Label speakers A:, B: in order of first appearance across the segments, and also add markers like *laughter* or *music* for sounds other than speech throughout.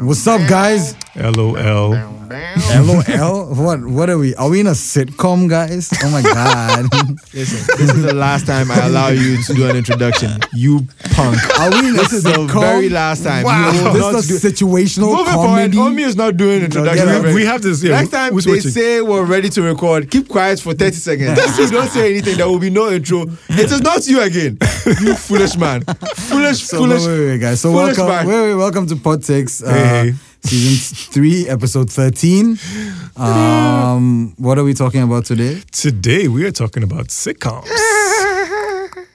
A: What's up, guys?
B: LOL.
A: LOL. What? What are we? Are we in a sitcom, guys? Oh my god.
C: Listen, this is the last time I allow you to do an introduction. You *laughs* punk.
A: Are we in a
C: This is the
A: sitcom?
C: very last time.
B: Wow.
C: You will not
A: This is a situational
C: Moving forward,
A: comedy.
C: Omi is not doing introduction.
A: yeah,
C: already.
B: We have this. Yeah,
C: Next time
B: we're
C: they
B: switching.
C: say we're ready to record, keep quiet
A: *laughs*
C: for 30 seconds. you don't say anything. There will be no intro. It is not you again. You foolish man. Foolish,
A: so
C: foolish.
A: wait, wait, wait, guys. So
C: foolish
A: welcome,
C: man.
A: wait, wait, welcome to Pod Six, uh,
B: Hey, hey.
A: season three, episode thirteen. Um, what are we talking about today?
B: Today we are talking about sitcoms.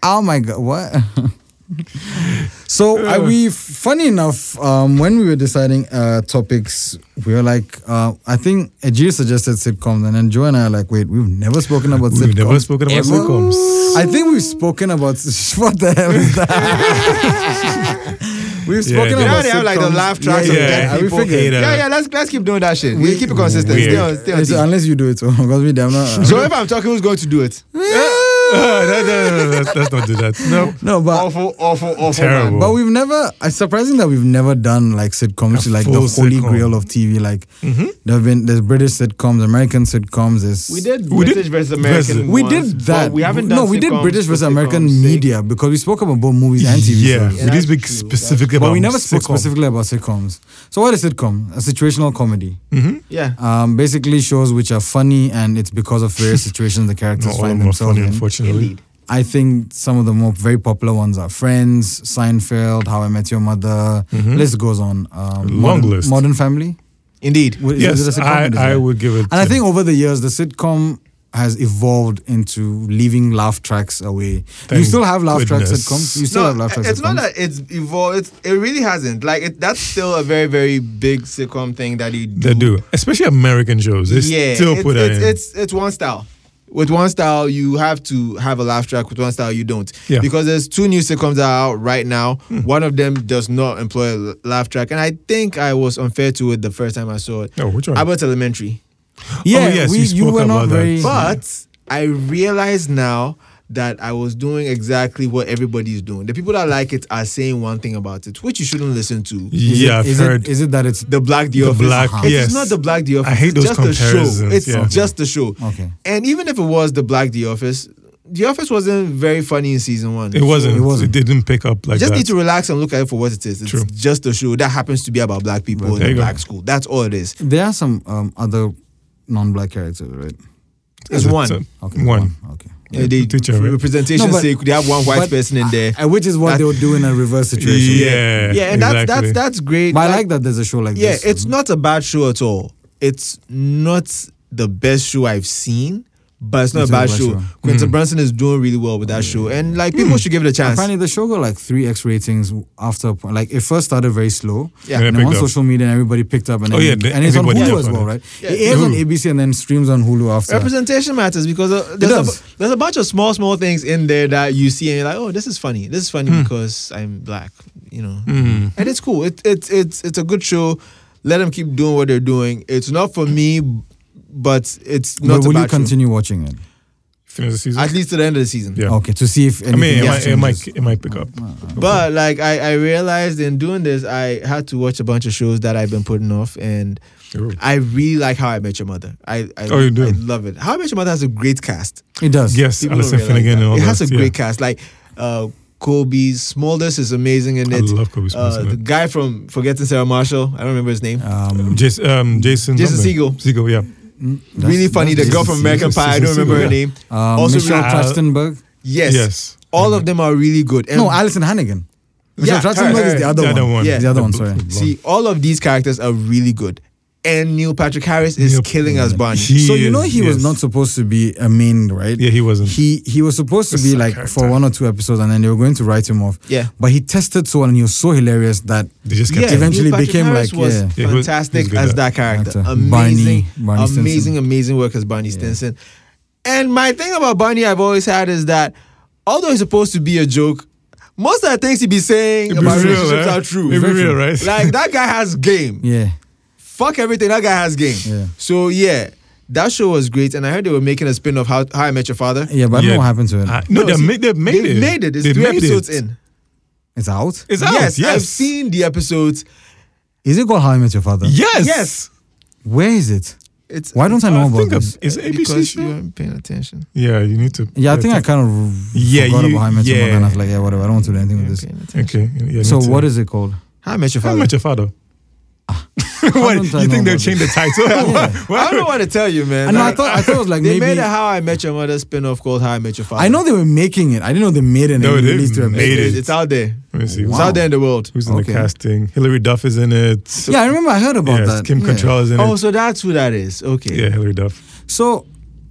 A: Oh my god, what? *laughs* so are we funny enough, um, when we were deciding uh topics, we were like, uh, I think Ajir suggested sitcoms, and then Joe and I are like, wait, we've never spoken about
B: We've
A: sitcoms.
B: never spoken about
A: ever? *laughs*
B: sitcoms.
A: I think we've spoken about *laughs* what the hell is that? *laughs* we've
B: Yeah,
A: spoken
B: yeah.
A: about
C: Now they have, like, the
A: sitcoms.
C: laugh tracks
A: yeah,
C: of
A: yeah,
C: dead
A: yeah. we
B: people.
A: figured-
B: Hater.
C: Yeah, yeah, let's let's keep doing that shit.
A: We-
C: We keep it consistent. Stay on,
B: Weird.
C: stay on.
A: It's-
C: thing.
A: unless you do it, *laughs* because we damn not. uh,
B: *laughs*
C: So if I'm talking, who's going to do it?
B: Uh, no, no, no, no, let's, let's not do that. No.
A: no, but
C: awful, awful, awful. man.
B: Terrible.
A: But we've never. It's surprising that we've never done like sitcoms, which is like the
B: full
A: holy
B: sitcom. Mm-hmm.
A: grail of TV. Like there've been there's British sitcoms, American sitcoms. There's
C: We did
B: We did
C: British versus
B: versus-
C: American.
A: We
C: once,
A: did
C: but
A: that.
C: We haven't done
A: No, we did
C: sitcoms
A: British
C: for
A: versus
C: sitcoms'
A: American
C: sake.
A: media because we spoke about both movies and TV
B: yeah,
A: shows.
B: we did
C: that's
B: speak
C: true.
B: specifically about
A: But we never spoke
B: sitcoms.
A: specifically about sitcoms. So what is sitcom? A situational comedy.
B: Mm-hmm.
C: Yeah.
A: Um, basically shows which are funny and it's because of
B: *laughs*
A: various situations the characters
B: Not all of
A: find
B: them are
A: themselves
B: funny,
A: in.
B: unfortunately.
A: I think some of the more very popular ones are Friends, Seinfeld, How I Met Your Mother. List goes on. Um,
B: Mm-hmm. Long
A: Modern,
B: list.
A: Modern Family.
C: Indeed.
A: What- is it a
B: Yes,
A: sitcom
B: I,
A: or is
B: I
A: it-
B: would give it.
A: And I
B: to-
A: think over the years, the sitcom has evolved into leaving laugh tracks away. you
B: Thank
A: still have laugh track
B: goodness.
A: sitcoms. You still have laugh track
C: it's
A: sitcoms.
C: not that it's evolved. It's, it really hasn't. Like it, that's still a very, very big sitcom thing that you do.
B: they do, especially American shows. They
C: yeah,
B: still
C: it's,
B: put that
C: it's,
B: in.
C: it's it's one style. With one style, you have to have a laugh track. With one style, you don't.
B: Yeah. Hmm.
C: Because there's two new sitcoms that are out right now. One of them does not employ a l- laugh track, and I think I was unfair to it the first time I saw it.
B: oh, which one?
C: About Elementary.
A: yeah,
B: Oh, yes,
A: we,
B: you
A: you
B: spoke
A: were not
B: about that.
A: very.
C: But I
B: Mm-hmm.
C: realize now that I was doing exactly what everybody's doing. The people that like it are saying one thing about it, which you shouldn't listen to.
A: Is
B: yeah,
A: it-
B: I've
A: is
B: heard.
A: It, is it that it's
C: The Black The,
B: The
C: Office.
B: Black,
C: It's
B: yes.
C: not the Black The Office.
B: I hate
C: it's
B: those
C: just the show.
B: comparisons,
C: It's
B: yeah.
C: just the show.
A: Okay.
C: And even if it was the Black The Office, The Office wasn't very funny in season one.
B: it wasn't.
A: It
B: It
A: wasn't.
B: didn't pick up like
C: You just
B: that.
C: need to relax and look at it for what it is. It's
B: True.
C: just a show that happens to be about black people
B: there
C: in a
B: you go.
C: black school. That's all it is.
A: there are some um, other non-black characters, right?
C: It's one.
B: Okay, one.
A: Okay.
C: Uh, they,
B: Teacher,
C: for
B: right?
C: representation
A: No, but-
C: sake, they have one white
A: But
C: person in
A: I-
C: there.
A: I- which is what
C: That-
A: they would do in a reverse situation.
B: Yeah.
C: yeah, and
B: exactly.
C: that's that's that's great.
A: But I like that there's a show like
C: yeah,
A: this.
C: it's not a bad show at all. It's not the best show I've seen, but it's not
A: It's
C: a bad show.
B: Hmm.
C: Quinta Brunson is doing really well with that show, and like people should give it a chance.
A: Apparently, the show got like three X ratings after a point. Like, it first started very slow.
C: Yeah.
B: And it
A: And then on
B: picked up.
A: social media, and everybody picked up. And, then
B: Oh, yeah,
A: it-
B: the-
A: and it's on
B: everybody
A: Hulu
B: jumped
A: as
B: on
A: well,
B: it.
A: right? It airs on
B: Hulu.
A: ABC and then streams on Hulu after.
C: Representation matters because uh, there's,
A: does.
C: a, there's a bunch of small, small things in there that you see and you're like, oh, this is funny. This is funny
B: Hmm.
C: because I'm black, you know. And it's cool. It, it, it's it's a good show. Let them keep doing what they're doing. It's not for me, but it's
A: But
C: not a
A: will you
C: bad show.
A: continue watching it?
B: finish the season.
C: At least to the end of the season.
B: Yeah.
A: Okay, to see if
B: I
A: anything
B: mean, it,
A: else
B: might, it might
A: changes.
B: it might pick up.
C: But like I, I realized in doing this, I had to watch a bunch of shows that I've been putting off, and
B: Oh.
C: I really like How I Met Your Mother. I I,
B: Oh, you do?
C: I love it. How I Met Your Mother has a great cast.
A: It does.
B: Yes,
C: People don't
B: Alison
C: realize
B: Finnegan
C: that.
B: and all
C: It
B: that.
C: has a
B: yeah.
C: great cast. Like uh, Kobe Smulders is amazing in
B: I
C: it.
B: love Kobe Smulders
C: Uh,
B: in
C: the
B: it.
C: guy from Forgetting Sarah Marshall. I don't remember his name.
A: Um,
B: Jason, um, Jason,
C: Jason
B: something.
C: Segel.
B: Segel, yeah.
A: that's-
C: really funny. The
A: that's
C: girl from
A: Jason
C: American
B: Segel.
C: Pie. I don't
B: Jason
C: remember
B: Segel,
C: her
B: yeah.
C: name.
A: Segel. Um,
C: also,
A: Michelle
C: really-
B: Al-
A: Trachtenberg.
C: yes.
B: Yes. Mm-hmm.
C: All of them are really good. And
A: No, Alison Hannigan. Michelle
C: Yeah, her,
A: Trachtenberg is
C: her.
A: the other
B: The
A: one.
B: other one.
C: Yeah.
A: The other one,
B: bl-
A: sorry.
B: blonde.
C: see, all of these characters are really good. And Neil Patrick Harris is
B: Neil-
C: killing us, Barney.
B: He
A: so you know
B: is-
A: he was
B: yes.
A: not supposed to be a main, right?
B: Yeah, he wasn't.
A: He he was supposed to
B: Just
A: be
B: a
A: like for
B: character.
A: one or two episodes, and then they were going to write him off.
C: Yeah.
A: But he tested so well, and he was so hilarious that
B: They just kept
A: Yeah. eventually
C: Neil Patrick
A: became
C: Harris
A: like,
C: was
A: yeah.
B: Yeah, he was-
C: fantastic
B: he was good
C: as
B: at
C: that character.
A: actor.
C: Amazing,
A: Barney- Barney Stinson.
C: amazing, amazing work as Barney Stinson. And my thing about Barney, I've always had is that although it's supposed to be a joke, most of the things he be saying
B: It'd be
C: about
B: real,
C: relationships
B: eh?
C: are true.
B: It'd be real, right?
C: Like that guy has game.
A: yeah.
C: Fuck everything. That guy has game.
A: Yeah.
C: So yeah, that show was great, and I heard they were making a spin of how, how I Met Your Father.
A: Yeah, but I don't
B: Yeah.
A: know what happened to it.
B: Uh, no, they
C: see,
B: made, they made
C: they
B: it.
C: made it. It's
B: They
C: three
B: made
C: episodes
B: it.
C: in.
A: it's out.
B: It's out.
C: Yes,
B: yes.
C: I've seen the episodes.
A: Is it called How I Met Your Father?
B: Yes.
C: Yes.
A: Where is it?
C: It's
A: Why don't I know
B: I
A: about
B: think
A: this?
B: it's ABC
C: because you
B: show.
C: weren't paying attention.
B: Yeah, you need to.
A: Yeah, I think I kind of
B: Yeah,
A: forgot
B: you-
A: about How I Met Your
B: yeah.
A: Mother, and I was like, yeah, whatever. I don't want to do anything
C: You
A: with
C: weren't
A: this.
C: paying attention.
B: Okay. Yeah,
A: So what is it
B: *laughs*
A: called?
C: How I met your
B: How
C: father.
B: much your father? what?
A: don't I
B: You
A: know
B: think they'll
A: about
B: change the title?
C: I don't know what to tell you, man.
A: I know. I
C: Like,
A: thought I thought it was like
C: *laughs* they
A: maybe.
C: made a How I Met Your Mother spin-off called How I Met Your Father.
A: I know they were making it. I didn't know they made it. and
B: No,
A: it
B: they
A: released to a
B: made it.
C: It is. It's out there.
B: *laughs* Let me see.
C: It's
A: Wow.
C: out there in the world.
B: Who's in
A: Okay.
B: the casting? Hillary Duff is in it.
A: Yeah, I remember I heard about
B: Yes,
A: that.
B: Kim
A: yeah.
B: Control is in
C: Oh,
B: it.
C: so that's who that is. Okay.
B: Yeah, Hillary Duff.
A: So,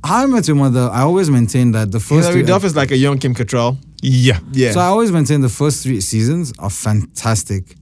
A: How I Met Your Mother, I always maintain that the first
C: Hilary
A: three
C: Duff is like a young Kim Cattrall.
B: Yeah.
C: Yeah.
A: So I always maintain the first three seasons are fantastic.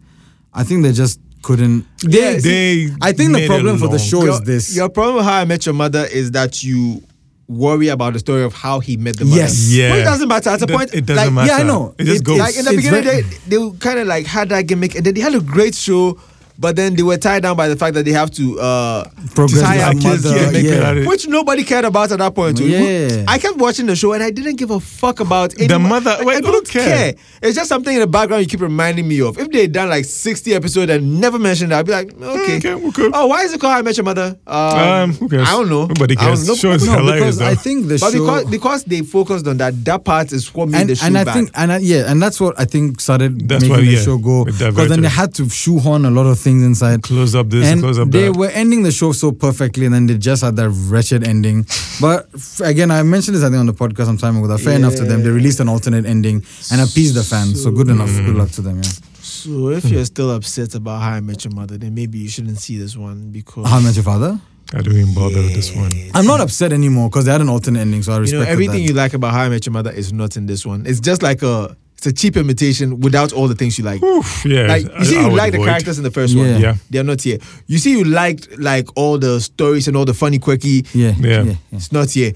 A: I think they just couldn't.
C: They-
B: They
A: I think
B: made
A: the
B: it
A: problem for the
B: long.
A: show is
C: Your-
A: this.
C: Your problem with How I Met Your Mother is that you worry about the story of how he met the mother.
A: Yes.
B: Yeah.
C: But it doesn't matter. At a
B: That-
C: point,
B: it doesn't
C: like,
B: matter.
A: yeah, I know.
B: It just
A: It-
B: goes.
C: Like in the
A: It's
C: beginning,
A: very-
C: they they kind of like had that gimmick, and then they had a great show, but then they were tied down by the fact that they have to uh,
A: Progress
C: tie
A: their
C: up
B: I
C: kids,
B: mother,
C: yeah, make
B: yeah.
C: it out of it. which nobody cared about at that point. too.
A: Yeah.
C: I kept watching the show, and I didn't give a fuck about
B: The mother-
C: I-
B: wait,
C: I
B: who
C: don't
B: cared?
C: care. It's just something in the background you keep reminding me of. If they had done like sixty episodes and never mentioned that, I'd be like, okay,
B: Mm, okay, we're good.
C: Oh, why is it called How I Met Your Mother? Um,
B: Um, who cares?
C: I don't know.
B: Nobody
C: I don't
B: cares.
C: know.
B: Sure, it's
A: no,
B: hilarious
A: because
B: though.
A: I think the
C: But
A: show.
C: because because they focused on that, that part is what made
A: and,
C: the show
A: and I
C: bad.
A: think and I, yeah, and that's what I think started
B: That's
A: making
B: why,
A: the
B: yeah,
A: show go.
B: it
A: Because
B: diverted.
A: then they had to shoehorn a lot of things inside.
B: close up this,
A: and
B: close up
A: they
B: that.
A: were ending the show so perfectly, and then they just had that wretched ending. But f- again, I mentioned this I think on the podcast some time ago. That fair enough to them, they released an alternate ending and appeased the fans. So good enough,
B: Mm-hmm.
A: good luck to them. Yeah.
C: So if you're still upset about how I met your mother, then maybe you shouldn't see this one because
A: How I Met Your Father?
B: I don't even bother with this one.
A: I'm not upset anymore because they had an alternate ending, so I
C: you
A: respect
C: know everything
A: that.
C: you like about how I met your mother is not in this one. It's just like a it's a cheap imitation without all the things you like.
B: Oof, yeah.
C: Like
B: I-
C: you see,
B: I
C: you
B: would
C: like the
B: avoid.
C: characters in the first
A: Yeah.
C: one.
B: Yeah.
C: they're not here. You see, you liked like all the stories and all the funny quirky.
A: yeah,
B: Yeah.
A: yeah, yeah,
C: It's not here.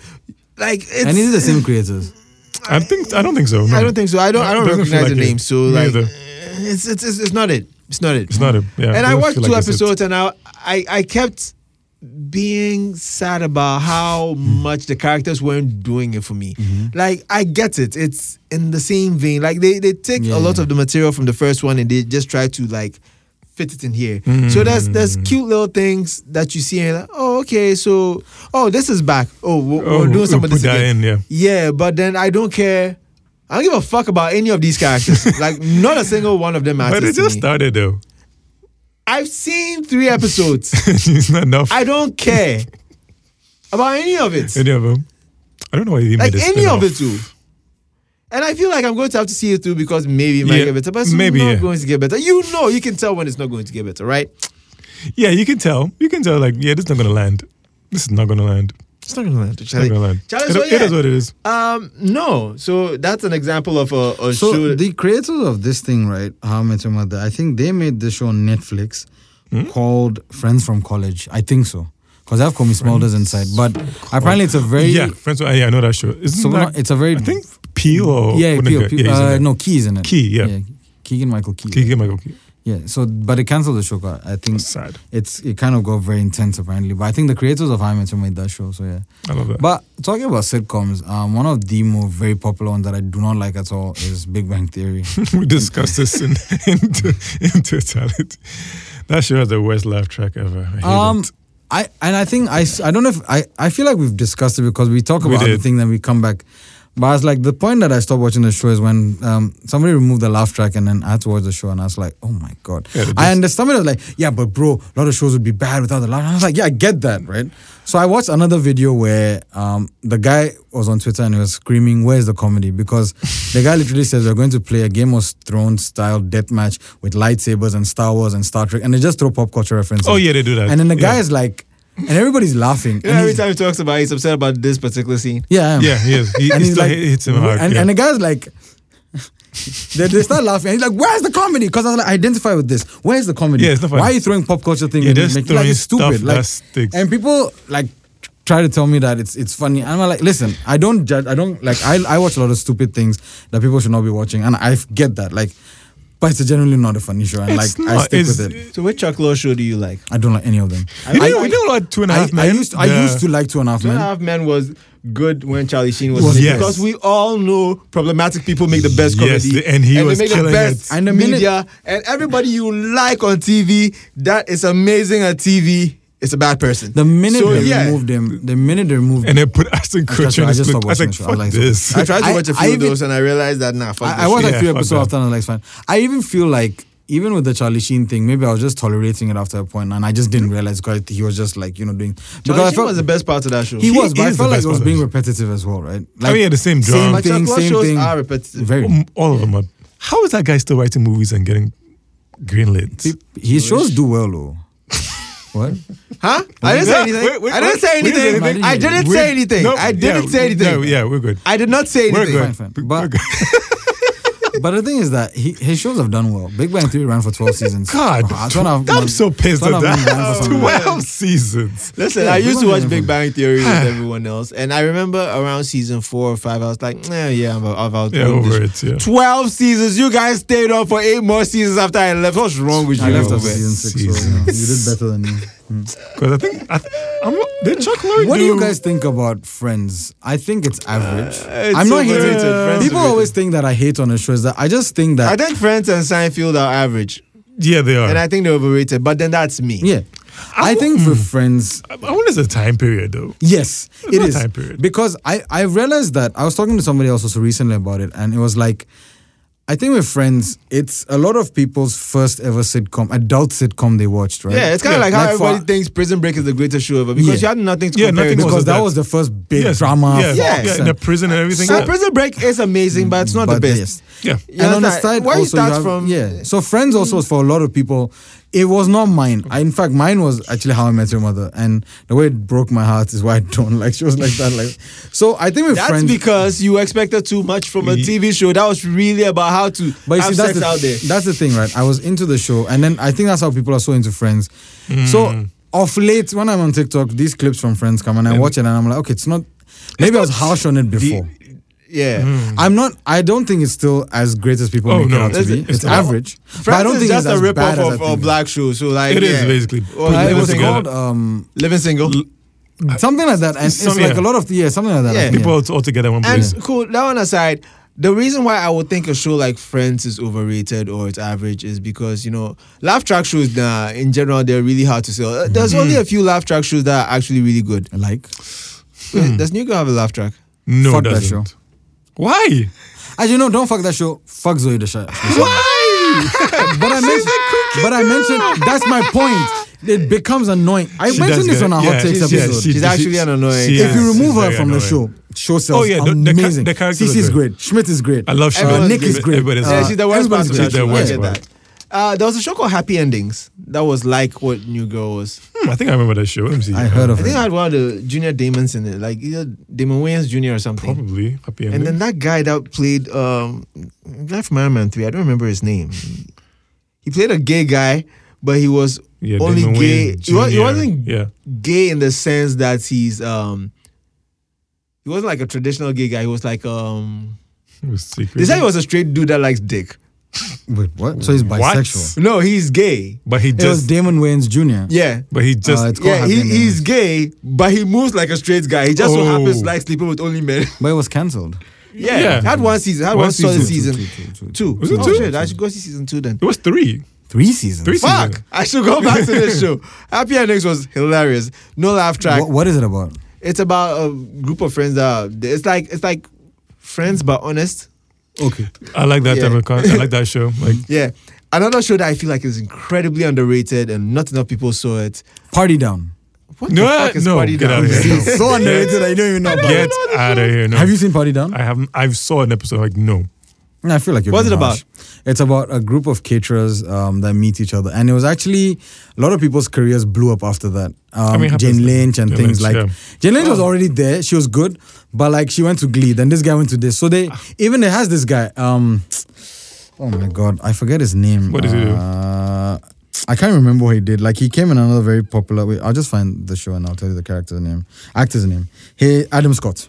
C: Like it's,
A: And these are the same creators.
B: I think I don't think so. No.
C: I don't think so. I don't. I
B: It
C: don't
B: doesn't feel
C: recognize the
B: like it.
C: name. So like,
B: Neither.
C: it's, it's it's it's not it. It's not it.
B: it's not a. Yeah.
C: and
B: it
C: I
B: doesn't
C: watched
B: feel
C: two
B: like it's it.
C: episodes, and I, I I kept being sad about how
B: Mm-hmm.
C: much the characters weren't doing it for me. Like I get it; it's in the same vein. Like they they take
A: Yeah,
C: a lot
A: yeah.
C: of the material from the first one, and they just try to like fit it in here. So there's there's
B: Mm.
C: cute little things that you see, and you're like, oh okay, so oh this is back. Oh we're,
B: Oh,
C: we're
B: we'll
C: doing some
B: put
C: of this
B: that
C: again.
B: in. Yeah.
C: Yeah, but then I don't care. I don't give a fuck about any of
B: *laughs*
C: these characters. like not a single one of them matters.
B: But it
C: to
B: just
C: me.
B: started though. *laughs*
C: I've seen three episodes.
B: it's not enough.
C: I don't care about any of
B: *laughs*
C: it.
B: any of them. I don't know why they
C: Like
B: made a
C: any
B: spin-off.
C: of it too. And I feel like I'm going to have to see it through because maybe it might
B: Yeah,
C: get better. But it's
B: maybe,
C: not
B: yeah.
C: going to get better. You know, you can tell when it's not going to get better, right?
B: Yeah, you can tell. You can tell. Like, yeah, this is not gonna land. This is not gonna land.
C: It's not going to land.
B: It's not gonna land.
C: Charlie,
B: it,
C: so
B: it
C: yeah.
B: is what it is.
C: Um, no. So that's an example of a, a
A: So
C: show.
A: the creators of this thing, right? How I Met Your Mother. I think they made the show on Netflix
B: Hmm?
A: called Friends from College. I think so because I have Comey Smulders inside. But apparently, it's a very
B: yeah, friends. with- Yeah, I know that show. Isn't
A: So
B: that,
A: no, it's a very
B: I think Peel or
A: yeah,
B: Wouldn't
A: Peel,
B: it-
A: Peel,
B: yeah, he's in
A: uh,
B: it.
A: no Key is in it.
B: Key, yeah.
A: Keegan Michael Key.
B: Keegan Michael Key.
A: Yeah. So, but it canceled the show. 'cause I think
B: Sad.
A: it's it kind of got very intense apparently. But I think the creators of How I Met Your made that show. So yeah.
B: I love that.
A: But talking about sitcoms, um, one of the more very popular ones that I do not like at all is Big Bang Theory.
B: *laughs* we discussed this in, in, in totality. That show has the worst laugh track ever. I hate
A: Um,
B: it.
A: I and I think I s- I don't know if I I feel like we've discussed it because we talk
B: We
A: about the
B: did.
A: thing then we come back. But I was like, the point that I stopped watching the show is when um, somebody removed the laugh track and then I had to watch the show and I was like, oh my God.
B: Yeah, they
A: I
B: just-
A: understand it was like, yeah, but bro, a lot of shows would be bad without the laugh. And I was like, yeah, I get that, right? So I watched another video where um, the guy was on Twitter and he was screaming, where's the comedy? Because the guy literally says, we're going to play a Game of Thrones style death match with lightsabers and Star Wars and Star Trek. And they just throw pop culture references.
B: Oh, yeah, they do that.
A: And then the guy
B: Yeah.
A: is like, and everybody's laughing.
C: You know,
A: and
C: every
A: he's-
C: time he talks about it, he's upset about this particular scene.
A: yeah, I am.
B: Yeah, he is. He,
A: And
B: he still hit- hits him
A: "Wh-
B: hard.
A: And,
B: yeah.
A: and the guy's like, *laughs* they, they start laughing. And he's like, "Where's the comedy?" Because I was like, I identify with this. Where's the comedy?
B: Yeah, it's not funny.
A: Why are you throwing pop culture thing?
B: Yeah,
A: in
B: just
A: it? Make- like
B: throwing
A: it's stupid.
B: stuff
A: like,
B: that sticks.
A: and people like try to tell me that it's it's funny. And I'm like, listen, I don't judge. I don't like. I I watch a lot of stupid things that people should not be watching, and I get that. Like. but it's generally not a funny show, and
B: It's
A: like I
B: not-
A: stick
B: it's-
A: with it.
C: So which Chuck Law show do you like?
A: I don't like any of them.
B: You
A: I,
B: know, you know what? Two and a
A: I,
B: half
A: I
B: men.
A: used I
B: The-
A: used to like Two and a Half
C: Two and a
A: Men.
C: Half Men was good when Charlie Sheen was,
B: Was-
C: in it
B: yes.
C: because we all know problematic people make the best
B: Yes,
C: comedy,
B: the- and he was
C: they make
B: killing
C: the best
A: it. And the minute-
C: media, and everybody you like on TV that is amazing on TV is a bad person.
A: The minute
C: so,
A: they
C: yeah,
A: removed him, the minute they removed
B: And they put Ashton
A: I just-
B: Kutcher in
A: I
B: his
A: just
B: clip.
A: stopped
B: I was like,
A: watching the show. I
B: fuck
A: was like,
B: this.
C: I tried to
A: I-
C: watch a
A: I
C: few of
A: even-
C: those and I realized that nah, fuck
A: I, I
C: this
A: watched
C: shit.
A: like
B: Yeah,
A: three
B: fuck
A: episodes
B: that.
A: after, and I was like, it's fine. I even feel like even with the Charlie Sheen thing, maybe I was just tolerating it after a point, and I just didn't realize because he was just like you know doing. Because
C: Charlie
A: I
C: Sheen
A: felt
C: was the best part of that show.
A: he, was,
B: He
A: but I
B: is the
A: felt like
B: best
A: it was
B: part of
A: being
B: it.
A: repetitive as well, right? Like,
B: I mean, yeah, the same
A: same
B: genre.
C: But Chuck
A: thing,
C: Law
A: same
C: shows
A: thing.
C: are repetitive.
A: Very.
B: Um, All of them. Are, how is that guy still writing movies and getting greenlit?
A: He- His shows do well though. *laughs* what?
C: Huh? I didn't say
B: Yeah,
C: anything.
B: wait, wait,
C: I didn't
B: wait.
C: say
B: We didn't
A: say anything.
C: anything. I didn't
B: We're-
C: say anything.
B: No,
C: I
B: yeah,
C: didn't say
B: No,
C: anything.
B: yeah, we're good.
C: I did not say
B: We're
C: anything.
B: good.
A: Fine, fine.
B: B-
A: But- *laughs*
B: we're good.
A: But the thing is that he, his shows have done well. Big Bang Theory ran for twelve seasons. Uh,
B: God,
A: Wow, two and a half
B: I'm
A: months-
B: so pissed
A: two and
B: at
A: a half months
B: *laughs* that.
A: ran for something.
B: Twelve seasons.
C: Listen,
A: Yeah,
C: I
A: we
C: used to
A: don't
C: watch
A: have
C: Big
A: any-
C: Bang Theory
A: *sighs*
C: with everyone else, and I remember around season four or five, I was like, eh, "Yeah, I'm about, I'm
B: Yeah, over it. Yeah.
C: Twelve seasons. You guys stayed on for eight more seasons after I left. What's wrong with
A: I
C: you?
A: left
B: Yeah,
A: after
B: but
A: season six. So,
B: season.
A: you, know, you did better than
B: *laughs*
A: me.
B: Because I think I th- I'm not, did Chuck Lorre
A: What do you guys think about Friends? I think it's average.
B: Uh,
C: it's
A: I'm not
C: overrated.
A: hating.
C: Friends
A: People
C: overrated.
A: always think that I hate on a show. Is that I just think that
C: I think Friends and Seinfeld are average,
B: Yeah, they are.
C: and
B: I,
C: I think they're overrated. But then that's me.
A: yeah. I, think for Friends,
B: I wonder it's a time period though.
A: yes, it
B: not
A: is
B: time period.
A: because I I realized that I was talking to somebody else also recently about it, and it was like. I think with Friends, it's a lot of people's first ever sitcom, adult sitcom they watched, right?
C: Yeah, it's kind of
B: Yeah.
C: like how
A: Like for-
C: everybody thinks Prison Break is the greatest show ever because
A: Yeah.
C: you had nothing to
B: Yeah,
C: compare
B: nothing
C: it to.
B: was
A: because that
B: that-
A: was the first big
B: Yes,
A: drama.
B: Yeah,
A: Fox
B: yeah,
C: Yes.
B: in the
A: and-
B: prison and everything.
C: So
B: yeah.
C: Prison Break is amazing, but it's not the
A: but
C: best.
A: yes.
B: yeah.
C: You
A: and on the
C: understand?
A: side,
C: where you
A: also
C: start
A: have-
C: from,
A: yeah. So Friends also was for a lot of people. It was not mine. I, in fact, mine was actually How I Met Your Mother, and the way it broke my heart is why I don't *laughs* like shows like that. Like, so I think with
C: That's
A: Friends,
C: because you expected too much from a
B: Ye-
C: TV show that was really about how to
A: but you
C: have
A: see, that's
C: sex
A: the,
C: out there.
A: that's the thing, right? I was into the show, and then I think that's how people are so into Friends. So of late, when I'm on TikTok, these clips from Friends come and I watch it, and I'm like, okay, it's not. Maybe I was harsh on it before. Mm.
C: Yeah,
A: I'm not. I don't think it's still as great as people
B: Oh,
A: make
B: no.
A: it out to
C: Listen,
A: be. It's,
C: it's-
A: average. but
C: Friends
A: I don't
C: is
A: think
C: just
A: it's
C: a
A: as
C: rip
A: bad as
C: off
A: I
C: of
A: think
C: a
A: it is.
C: black show. So like,
B: It is
C: yeah.
B: basically.
C: Or
A: Uh, it
C: living
A: was
B: together.
C: single.
A: called um,
C: Living single.
A: something like that, and it's
B: Some-
A: like
B: yeah.
A: a lot of yeah, something like that. I
C: Yeah.
A: think,
B: People all- all together in one
C: And
B: place.
C: cool. That one aside, the reason why I would think a show like Friends is overrated or it's average is because you know laugh track shows nah, in general they're really hard to sell. Uh, There's only a few laugh track shows that are actually really good.
A: yeah. like
C: Wait, Does New Girl have a laugh track?
B: No,
A: Fuck
B: it
A: that
B: doesn't.
A: show.
B: Why?
A: as you know, don't fuck that show. Fuck Zoe Desha.
B: *laughs* Why?
A: But I mentioned, but I mentioned that's my point. It becomes annoying. I
B: She does
A: mentioned this
B: get-
A: on a
B: yeah,
A: hot takes
B: she's- yeah,
A: episode.
B: she-
C: She's
B: she-
C: actually an annoying-
B: she
A: if
C: If
B: is.
A: you
B: She's
A: remove her
B: very
A: from the
B: annoying.
A: show, show sells
B: Oh, yeah, the- the ca-
A: amazing.
B: the character
A: Cece
B: was
A: is
B: good.
A: great. Schmidt is great.
B: I love Schmidt.
A: Uh,
C: Everyone's
A: Nick is
B: good.
A: great.
B: Everybody's
C: yeah,
B: good.
C: she's the worst part
A: everybody's
C: of
A: great.
C: that
B: She's the
C: show. I
B: worst
C: get
B: part.
C: that. Uh, there was a show called Happy Endings that was like what New Girl was.
B: Hmm, I think I remember that show. Let me see.
A: I heard
C: I
A: of
C: think I
A: it.
C: had one of the junior Damons in it, like either Damon Wayans Jr. or something.
B: Probably. Happy ending.
C: And then that guy that played um guy from Iron Man 3, I don't remember his name. He played a gay guy, but he was
B: yeah,
C: only
B: Damon
C: gay.
B: Wayans
C: He, wa- he
B: Jr..
C: wasn't
B: Yeah.
C: gay in the sense that he's um he wasn't like a traditional gay guy. He was like um
B: It was secret.
C: they said he was a straight dude that likes dick.
A: Wait, what? So he's
B: What?
A: bisexual.
C: No, he's gay.
B: But he
A: It was
B: just.
A: Damon Wayans Jr.
C: Yeah.
B: But he just.
A: Uh, it's called
C: Yeah,
A: Happy
C: he,
A: Endings.
C: he's gay, but he moves like a straight guy. He just so
B: Oh.
C: happens to like sleeping with only men. *laughs*
A: But it was cancelled.
C: yeah.
B: Yeah.
C: had one season, had
B: One
C: one, solid
B: season.
C: season.
A: Two, two, two, two.
C: Two.
B: Was it
C: Oh,
B: two?
C: shit, I should go see season two then.
B: it was three.
A: Three seasons.
B: Three seasons.
C: Fuck! I should go back to
B: *laughs*
C: this show. Happy Endings was hilarious. No laugh track.
A: Wha- what is it about?
C: It's about a group of friends that are, it's like it's like friends but honest.
A: Okay.
B: I like that
C: Yeah.
B: type of content. I like that show.
C: *laughs*
B: Like,
C: Yeah. Another show that I feel like is incredibly underrated and not enough people saw it.
A: Party down.
C: What
B: no,
C: the fuck is
B: no,
C: Party
B: get out
C: Down?
B: of here.
C: *laughs*
A: It's *laughs* so underrated. I don't even know about
B: Get
A: it.
B: out of here. No.
A: Have you seen Party Down?
B: I haven't. I saw an episode. Like, no.
A: I feel like you're
C: What's
A: being
C: it about?
A: harsh. It's about a group of caterers um, that meet each other, and it was actually a lot of people's careers blew up after that. Um,
B: mean, it happens
A: Jane
B: to-
A: Lynch and
B: Jane
A: things
B: Lynch,
A: like
B: yeah. Oh.
A: Jane Lynch was already there; she was good, but like she went to Glee, then this guy went to this. So they
B: Ah.
A: even it has this guy. Um, oh my god, I forget his name.
B: What does he do?
A: uh, I can't remember what he did. Like he came in another very popular. Wait, I'll just find the show and I'll tell you the character's name, actor's name. He Adam Scott.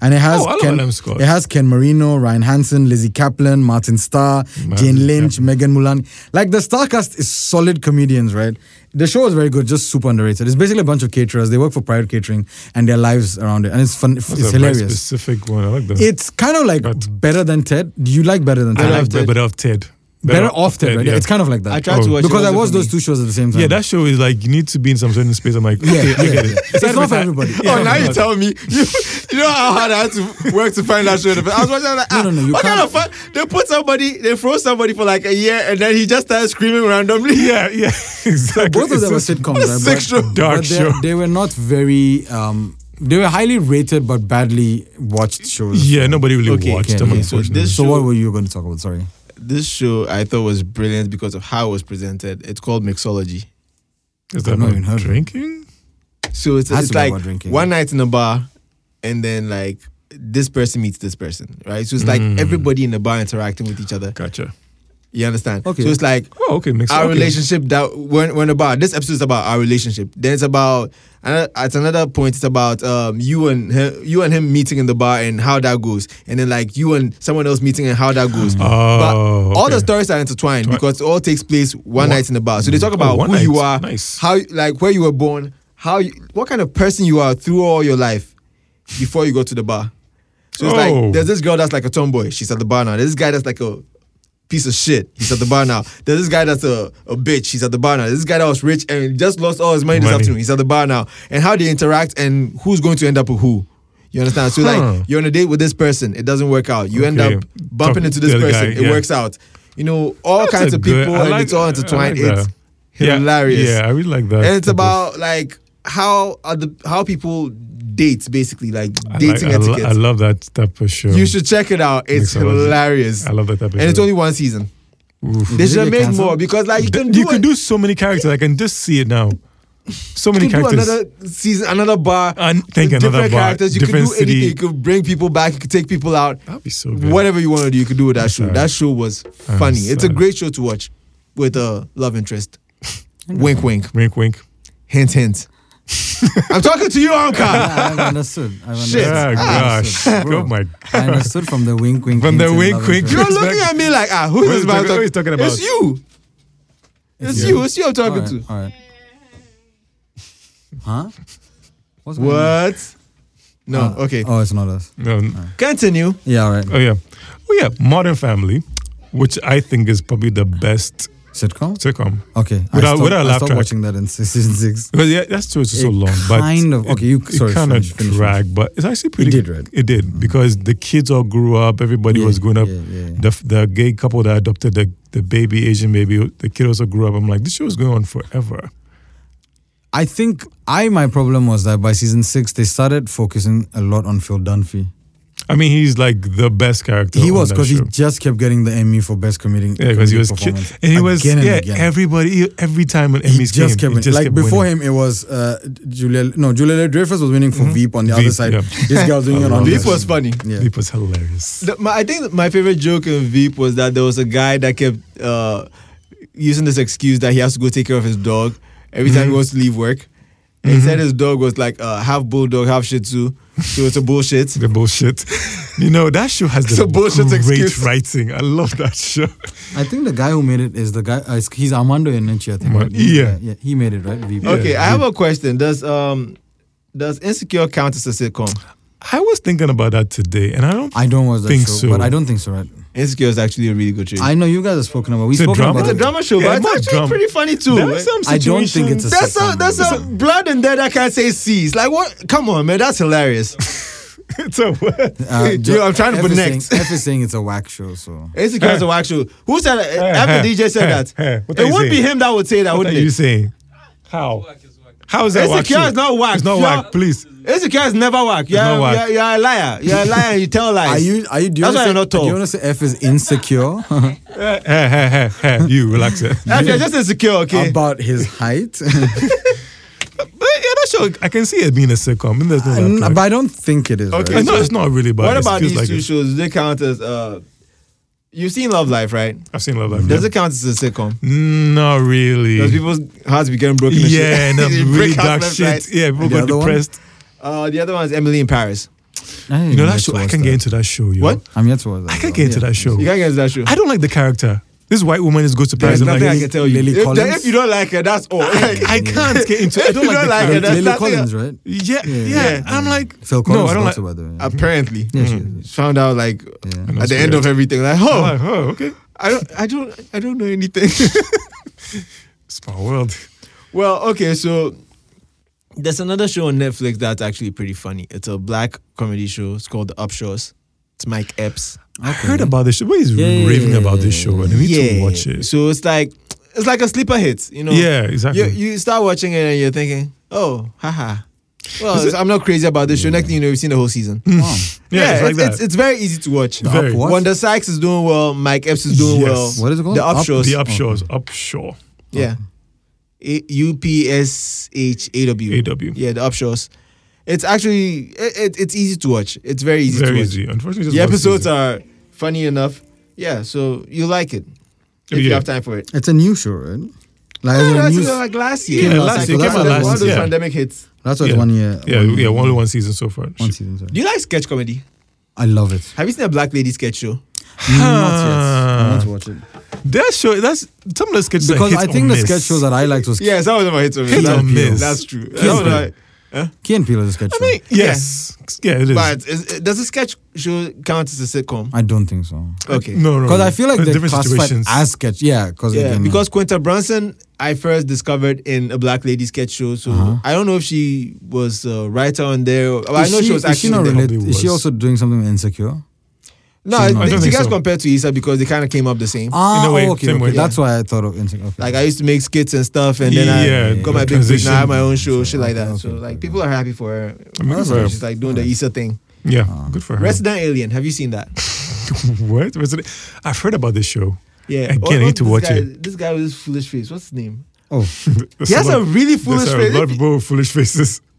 A: and it has
B: Oh, I love
A: Ken,
B: Adam Scott.
A: it has Ken Marino, Ryan Hansen, Lizzie Kaplan, Martin Starr, Jane Lynch, Megan Mulan. Like the star cast is solid comedians, right? The show is very good, just super underrated. It's basically a bunch of caterers. They work for private catering and their lives around it, and it's fun.
B: That's
A: it's
B: a very
A: hilarious.
B: specific one. I like that.
A: It's kind of like
B: But-
A: better than Ted. Do you like better than
B: I
A: Ted?
B: like
C: I've
B: Better,
C: Ted.
B: Better Off Ted.
A: better off Ted, right?
B: Yeah.
A: It's kind of like that.
C: I tried to
B: Oh.
C: watch it,
A: because I
C: wasn't
A: watched
C: for me.
A: those two shows at the same time.
B: yeah, that show is like you need to be in some certain space. I'm like,
A: Yeah,
B: okay, I
A: yeah,
B: get
A: yeah.
B: it.
A: It's not for everybody. Yeah.
C: *laughs* Oh, now you
B: But-
C: tell me. You, you know how hard I had to work to find that show. in the first- I was watching. I'm like,
A: No,
C: ah,
A: no, no, you
C: what kind
A: can't-
C: of fun? They put somebody, they froze somebody for like a year, and then he just started screaming randomly. *laughs*
B: Yeah, yeah, *laughs* exactly.
A: both of them were
B: It's just-
A: sitcoms.
C: what a
A: right?
C: sick show.
B: Dark
A: they-
B: show.
A: They were not very. Um, they were highly rated but badly watched shows.
B: Yeah, nobody really
C: Okay,
B: watched
A: okay,
B: them,
A: okay.
C: So
B: unfortunately.
C: this
A: So
C: show-
A: what were you going to talk about? Sorry.
C: This show I thought was brilliant because of how it was presented. It's called Mixology.
B: is
A: I've
B: that
A: not
B: not
A: even heard of it.
B: drinking?
C: So it's,
A: Has
C: it's
A: to be
C: like
A: about drinking.
C: one night in a bar, and then like this person meets this person, right? So it's like
B: Mm.
C: everybody in the bar interacting with each other.
B: Gotcha.
C: You understand?
A: Okay.
C: So it's like
B: Oh, okay, makes
C: our
B: okay.
C: relationship that when when about this episode is about our relationship. Then it's about ano- at another point it's about um you and him, you and him meeting in the bar and how that goes, and then like you and someone else meeting and how that goes. but
B: Oh,
C: all the
B: okay.
C: stories are intertwined
B: Twi-
C: because it all takes place one,
B: One- Mm. Oh,
C: night in the bar. So they talk about
B: one
C: who you
B: night.
C: are,
B: Nice.
C: how like where you were born, how you, what kind of person you are through all your life before you go to the bar. So it's
B: Oh.
C: like there's this girl that's like a tomboy. She's at the bar now. There's this guy that's like a piece of shit. He's at the bar
B: *laughs*
C: now. There's this guy that's a, a bitch. He's at the bar now. There's this guy that was rich and just lost all his money, this
B: Money.
C: afternoon. He's at the bar now. And how they interact and who's going to end up with who. You understand? So
B: Huh.
C: like you're on a date with this person, it doesn't work out. You end
B: Okay.
C: up bumping
B: Talk to
C: into this
B: the other
C: person,
B: guy,
C: it
B: yeah.
C: works out. You know, all
B: That's
C: kinds
B: a
C: of
B: good-
C: people
B: I
C: and
B: like-
C: it's all
B: I
C: intertwined.
B: like
C: it's
B: that. Yeah,
C: hilarious.
B: Yeah, I really like that.
C: And it's
B: type of-
C: about like how are the how people date basically, like
B: I like-
C: dating
B: I lo-
C: etiquette.
B: I love that type of show.
C: you should check it out. It's
B: Mixology.
C: hilarious.
B: I love that type of
C: And
B: show.
C: it's only one season.
B: Oof.
C: They
A: Did it
C: should
A: get
C: make
A: cancelled?
C: more because like you
B: Th-
C: can do
B: you can
C: it-
B: do so many characters. I can just see it now. So many
C: you can do
B: characters.
C: another season, another bar.
B: And think
C: with
B: another
C: different
B: bar,
C: characters. You
B: different
C: could do anything.
B: city.
C: You could bring people back. You could take people out.
B: That'd be so good.
C: Whatever you want to do, you could do with that show.
B: sorry.
C: That show was
B: I'm
C: funny. It's a
B: sorry.
C: great show to watch with a love interest. wink, wink.
B: Wink, wink. *laughs*
C: Hint, hint. I'm talking to you,
A: *laughs* Yeah,
C: Amka.
A: I've understood. I've understood.
C: Shit.
B: Ah,
A: I
C: *laughs*
B: gosh.
A: understood.
B: *laughs*
A: Bro,
B: Oh my
A: I understood from the wink wink.
B: From
A: hint
B: the
A: and
B: wink,
A: love
B: wink,
A: interest.
B: *laughs*
C: You're looking at me like, ah, who
B: What
C: is
B: is
C: this man
B: talking- what is talking about?
C: It's you. It's
A: Yeah.
C: you. It's you I'm talking
A: All
C: to.
A: right, all right. Huh? What's going on?
C: What? No,
A: Oh,
C: okay.
A: Oh, it's not us.
B: No.
C: Continue.
A: Yeah, all right.
B: Oh yeah. Oh yeah. Modern Family, which I think is probably the best
A: Sitcom?
B: sitcom.
A: Okay. I
B: Without-
A: stopped-
B: without a
A: I
B: laugh
A: stopped
B: track.
A: watching that in se- *laughs* season six.
B: But yeah, that's true. It's so
A: It
B: long, but
A: kind of- okay, you-
B: it,
A: sorry,
B: it kind
A: finish,
B: of
A: finish,
B: dragged, but it's actually pretty.
A: did, right?
B: It did because the kids all grew up. Everybody
A: Yeah,
B: was growing up.
A: yeah, yeah.
B: The the gay couple that adopted the the baby Asian baby, the kid also grew up. I'm like, this show is going on forever.
A: I think I my problem was that by season six they started focusing a lot on Phil Dunphy.
B: I mean, he's like the best character.
A: He
B: on
A: was
B: that
A: because he
B: show.
A: just kept getting the Emmy for best comedic.
B: Yeah, because he
A: comedic
B: was ki-
A: performance
B: and he was
A: again and
B: yeah
A: again.
B: everybody he- every time when
A: he
B: Emmys came
A: just kept
B: he
A: winning.
B: just
A: Like
B: kept
A: before
B: winning.
A: him, it was uh, Julia. No, Julia Dreyfus was winning for Veep on the
B: Mm-hmm. Veep,
A: other side.
B: yeah.
A: *laughs* This girl was
B: *laughs*
A: doing it on
C: Veep
A: the-
C: was funny.
A: Yeah.
B: it was hilarious. *laughs*
C: The- my, I think my favorite joke in Veep was that there was a guy that kept uh, using this excuse that he has to go take care of his dog every
B: Mm-hmm.
C: time he wants to leave work. And He said his dog was like uh, half bulldog, half Shih Tzu, so it's a
B: *laughs*
C: bullshit.
B: The bullshit, you know that show
A: *laughs*
B: has
C: It's
B: the
C: a bullshit
B: great
C: excuse.
B: writing. I love that show. *laughs*
A: I think the guy who made it is the guy. Uh, it's- he's Armando Iannucci, I think.
B: Armando-
A: right? He's-
B: yeah.
A: yeah, he made it right. Veep.
C: Okay, I have a question. Does um does Insecure count as a sitcom?
B: I was thinking about that today, and I don't. *laughs*
A: I don't watch that
B: Think
A: show,
B: so.
A: but I don't think so. Right?
C: Insecure is actually a really good show.
A: I know you guys have spoken about. We've
B: It's a
A: spoken
B: drama?
A: about
C: it's a
A: it.
C: drama show,
B: Yeah,
C: but
B: it's
C: it's
B: not
C: actually
B: drama.
C: pretty funny too.
B: There are some
A: I don't think it's
B: situations-
A: a
C: That's
A: sitcom.
C: a that's a blood in there that can't say C's. Like what? Come on, man, that's hilarious.
B: it's a word. *laughs*
A: Uh,
C: *laughs* Yo, I'm trying
A: F
C: to
A: is
C: connect.
A: saying- F is saying it's a whack show, so
C: Insecure
B: Eh.
C: is a whack show. Who said that? After
B: hey,
C: DJ said
B: hey,
C: that,
B: hey, eh. what are
C: it
B: you
C: wouldn't be
B: saying?
C: him that would say that,
B: *laughs* What are
C: wouldn't
B: you
C: it?
B: saying? How? How is that whack?
C: Insecure
B: show?
C: is not whack.
B: It's not
C: You're-
B: whack. Please.
C: Insecure is never whack. You're,
B: not whack.
C: You're, you're a liar. You're a liar. and You tell lies.
A: Are you? Are you? Do you
C: That's why
A: wanna say-
C: you're not tall.
A: Do you want to say F is
C: *laughs*
A: insecure
B: Hey, hey, hey, hey, hey, eh, You relax
A: *laughs*
B: it. but
C: Actually, you're just insecure, okay?
A: about his
B: *laughs*
A: height? *laughs*
B: yeah, that show I can see it being a sitcom. I mean, there's no.
A: Uh, N-
B: laugh
A: but
B: track.
A: I don't think it is.
C: Okay.
A: right?
B: I know it's not really bad.
C: What
B: It
C: about
B: feels
C: these
B: like
C: two
B: it.
C: shows? Do they count as uh? You've seen Love Life, right?
B: I've seen Love Live.
C: Does it count as a sitcom?
B: Not really.
C: Because people's hearts be getting broken. and shit. *laughs*
B: Yeah, and
C: They
B: that
C: break
B: really
C: out
B: dark
C: left,
B: shit.
C: right.
B: Yeah, people
A: And the
B: got
A: other one?
B: depressed.
C: Uh, the other one is Emily in Paris.
A: I
B: You know that show. I can't get into that show. Yo.
C: What?
A: I'm yet to watch that.
B: I can't
A: though.
B: get into that show.
C: You can't get into that show.
B: I don't like the character. This white woman is goes to Paris.
C: There's
B: I'm like,
C: nothing I can tell you.
A: Lily
C: if, the-
A: Collins?
C: if you don't like her, that's all.
B: I can't get into. I
C: *laughs* If
B: don't
C: you
B: like,
C: don't
B: the character.
C: like it, that's-
A: Lily
C: nothing-
A: Collins, right?
B: Yeah, yeah.
A: yeah.
B: I'm like,
A: Phil Collins
B: no, I don't like.
A: daughter, by the way.
C: *laughs* Apparently, Hmm.
A: Yeah, she is.
C: found out like
A: Yeah.
C: at the end of everything. Like,
B: I'm
C: oh,
B: like, oh, okay.
C: I don't, I don't, I don't know anything. *laughs*
B: Small world.
C: well, okay, so there's another show on Netflix that's actually pretty funny. It's a black comedy show. It's called The Upshores. It's Mike Epps.
B: I heard
A: *laughs*
B: about this show. Everybody's
A: Yeah, yeah,
B: raving
A: yeah,
B: about this
A: yeah,
B: show, and we need to watch it.
C: So it's like it's like a sleeper hit, you know.
B: yeah, exactly. *laughs*
C: You, you start watching it and you're thinking, oh, haha. Well,
B: Is it- Mm.
C: I'm not crazy about this show. Next thing you know, you've seen the whole season.
A: Wow.
B: yeah, it's like that.
C: it's, it's very easy to watch.
B: Very. Up
A: what?
C: Wanda Sykes is doing well. Mike Epps is doing
B: Yes.
A: What
C: well.
A: is it called?
C: The Upshores.
B: the upshores, upshore,
C: Yeah. U P S H A W.
B: AW.
C: Yeah, the Upshores. It's actually it, it, it's easy to watch. It's very easy to
B: Very
C: watch.
B: easy. Unfortunately, just
C: The
B: one
C: episodes
B: season.
C: are funny enough. Yeah, so you like it if you
B: Yeah.
C: have time for it.
A: It's a new show, right? Like,
C: Yeah,
A: it's a
C: that's
A: new
C: it,
A: s-
C: like last year.
B: Yeah,
C: It was
B: last
C: like-
B: year.
C: It was
B: Came out
C: one of
B: last
C: those
B: year.
C: pandemic hits.
A: that's what
B: Yeah.
A: one year.
B: Yeah,
A: one,
B: yeah, only one season so far.
A: one season. Sorry.
C: Do you like sketch comedy?
A: I love
B: *laughs*
A: it.
C: Have you seen a black lady sketch show?
A: Not yet. I want to watch it
B: That show, that's some of the sketches
A: because
B: are
A: I
B: hit
A: think
B: or
A: the
B: miss.
A: sketch show that I liked was
C: Yes, that was my hits.
B: Hit or miss.
C: That's true. That
B: Hit
C: was
B: or miss.
C: my-
A: Key and Peele's sketch show.
B: Yes, yeah, it is.
C: But is, is- does a sketch show count as a sitcom?
A: I don't think so.
C: Okay.
B: no, no,
A: Because
B: no.
A: I feel like
B: There's
A: they
B: different
A: classified
B: situations.
A: as sketch. Yeah, because
C: Yeah, because Quinta Brunson, I first discovered in a Black Lady sketch show. So
A: Uh-huh.
C: I don't know if she was a writer on there. Or, I know she, was
A: is
C: actually.
A: she not
C: there.
B: really-
A: related?
B: Probably
A: Is she
B: was.
A: also doing something with insecure?
C: No,
A: She's not.
B: I
C: I
B: don't
C: think she
B: think
C: gets
B: so.
C: compared to Issa because they kind of came up the same.
A: Ah,
B: a way,
A: oh, okay,
B: same
A: okay.
B: way.
A: That's why I thought of insecure. Okay.
C: Like I used to make skits and stuff, and then
B: Yeah,
C: I got my
B: the
C: big break. Now I have
B: transition.
C: my own show, shit like that.
A: Okay,
C: so
A: okay,
C: like
A: okay.
C: people are happy for her.
B: I'm looking for her.
C: She's like doing the Issa thing.
B: yeah, good for her.
C: Resident Alien, have you seen that?
B: *laughs* what? Resident- I've heard about this show.
C: Yeah,
B: Again, I
C: What-
B: need
C: what
B: to
C: this
B: watch
C: guy-
B: it.
C: This guy with his foolish face. What's his name?
A: oh,
B: There's
C: He has
B: lot-
C: a really
B: there's
C: foolish
B: a
C: face.
B: lot of people with foolish faces.
C: *laughs*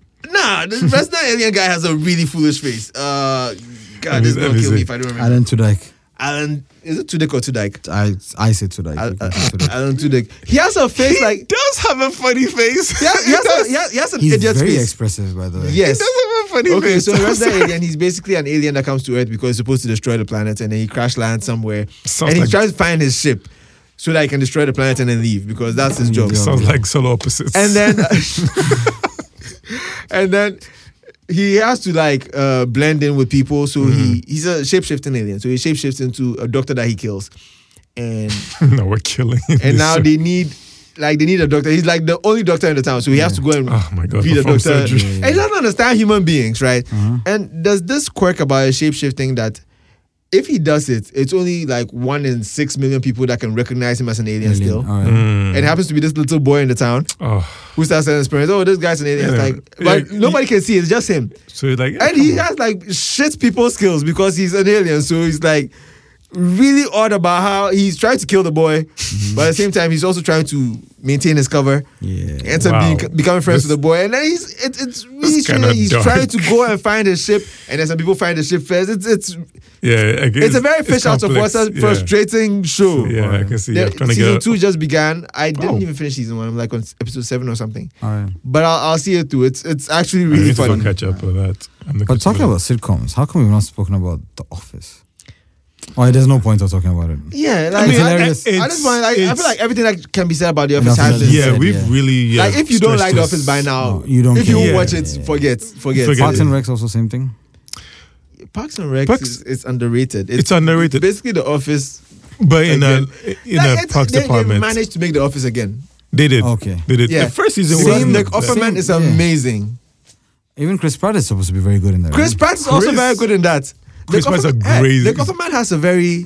B: *laughs*
C: Nah, this Resident Alien guy has a really foolish face. Uh,
B: Who
C: God, this
B: is-
C: is gonna
B: who is
C: kill me
B: it?
C: if I don't remember.
A: Alan Tudyk.
C: Alan, is it Tudyk or Tudyk?
A: I I say Tudyk.
C: Al-
A: okay,
C: Al- *laughs*
A: Tudyk.
C: Alan Tudyk. He has a face
B: he
C: like
B: does have a funny face. *laughs*
C: he has, he has a, he has, he has an
A: He's
C: idiot
A: very
C: face.
A: expressive, by the way.
C: yes.
B: He does have a funny
C: Okay,
B: face. *laughs*
C: so Resident Alien, he's basically an alien that comes to Earth because he's supposed to destroy the planet, and then he crash lands somewhere,
B: Sounds
C: and he
B: like-
C: tries to find his ship so that he can destroy the planet and then leave because that's
B: Mm,
C: his job.
A: Yeah.
B: Sounds like solo opposites.
C: and then *laughs* and then he has to like uh, blend in with people. So he
B: Mm-hmm.
C: he's a shapeshifting alien. So he shapeshifts into a doctor that he kills,
B: *laughs*
C: and
B: *laughs* no, we're killing.
C: and
B: this *laughs*
C: now
B: show.
C: they need like they need a doctor. He's like the only doctor in the town, so he has to go and
B: Oh my god!
C: be the
B: perform
C: doctor.
B: surgery. Uh-huh.
C: And he doesn't understand human beings, right? And there's this quirk about shapeshifting that. If he does it, it's only like one in six million people that can recognize him as an alien,
A: Alien,
C: still.
A: all right.
B: Mm.
C: And it happens to be this little boy in the town
B: Oh,
C: who starts telling his parents, "Oh, this guy's an alien." It's
B: Yeah.
C: like, but
B: Yeah.
C: nobody can see. It's just him,
B: so like, yeah,
C: and he
B: come on.
C: has like shit people skills because he's an alien. So he's like really odd about how he's trying to kill the boy,
B: Mm-hmm.
C: but at the same time he's also trying to maintain his cover.
A: Yeah.
C: Ends up
B: Wow.
C: being, becoming friends
B: This-
C: with the boy, and then he's it, it's really
B: kinda
C: strange. He's
B: dark.
C: trying to go and find his ship, and then some people find the ship first. It's it's
B: yeah, I guess
C: it's, a very fish out of
B: complex.
C: water,
B: Yeah.
C: frustrating show.
B: Yeah, I can see. Yeah,
C: The-
B: trying to
C: season
B: get a-
C: two just began. I didn't
B: Wow.
C: even finish season one. I'm like on s- episode seven or something
A: All right.
C: but I'll, I'll see it through. It's it's actually
B: I
C: really
B: need to
C: funny.
B: catch up on that. I'm not
A: But talking
B: catching up.
A: about sitcoms, how come we've not spoken about The Office? Well, there's no point of talking about it.
C: Yeah, like, I,
A: mean,
C: I-
A: hilarious.
C: I, just want. Like, I
B: It's-
C: feel like everything that can be said about the office
A: Nothing
C: has been.
A: else.
B: yeah,
A: said,
B: we've
A: yeah.
B: really yeah.
C: like if you don't like
B: stretched
C: the
B: this.
C: office by now,
A: No, you don't
C: If
A: care.
C: you
B: Yeah.
C: watch it, forget, forget.
B: Forget
A: Parks
B: it.
A: and Rec's also same thing.
C: Parks and Rec
B: Parks-
C: is it's underrated. It's,
B: it's underrated,
C: basically the office
B: but in a
C: again.
B: in
C: Like,
B: a
C: it's-
B: parks
C: they,
B: department,
C: They managed to make the office again.
B: they did.
A: Okay.
B: they did.
C: Yeah.
B: The first season was
C: Same,
A: wasn't
C: the
A: it?
B: best.
C: Offerman is
A: Same, yeah.
C: amazing.
A: Even Chris Pratt is supposed to be very good in there.
C: Chris
A: right?
C: Pratt is also
B: Chris-
C: very good in that.
B: Chris Pratt's a
C: Offerman- eh,
B: great-
C: The Offerman has a very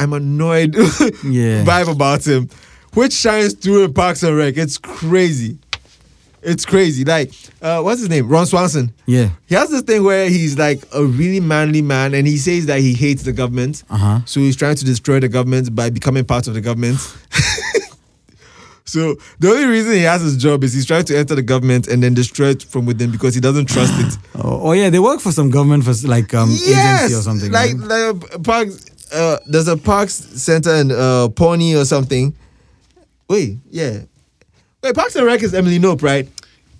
C: I'm annoyed *laughs*
A: Yeah.
C: vibe about him, which shines through in Parks and Rec. It's crazy. It's crazy. Like, uh, what's his name? Ron Swanson.
A: Yeah.
C: He has this thing where he's like a really manly man and he says that he hates the government.
A: Uh huh.
C: So he's trying to destroy the government by becoming part of the government. *laughs* so the only reason he has his job is he's trying to enter the government and then destroy it from within because he doesn't trust it.
A: Oh, oh, yeah, they work for some government for like um agency or something.
C: Like,
A: right?
C: like uh, parks, uh, there's a parks center in uh, Pawnee or something. Wait, yeah. Wait, Parks and Rec is Emily Nope, right?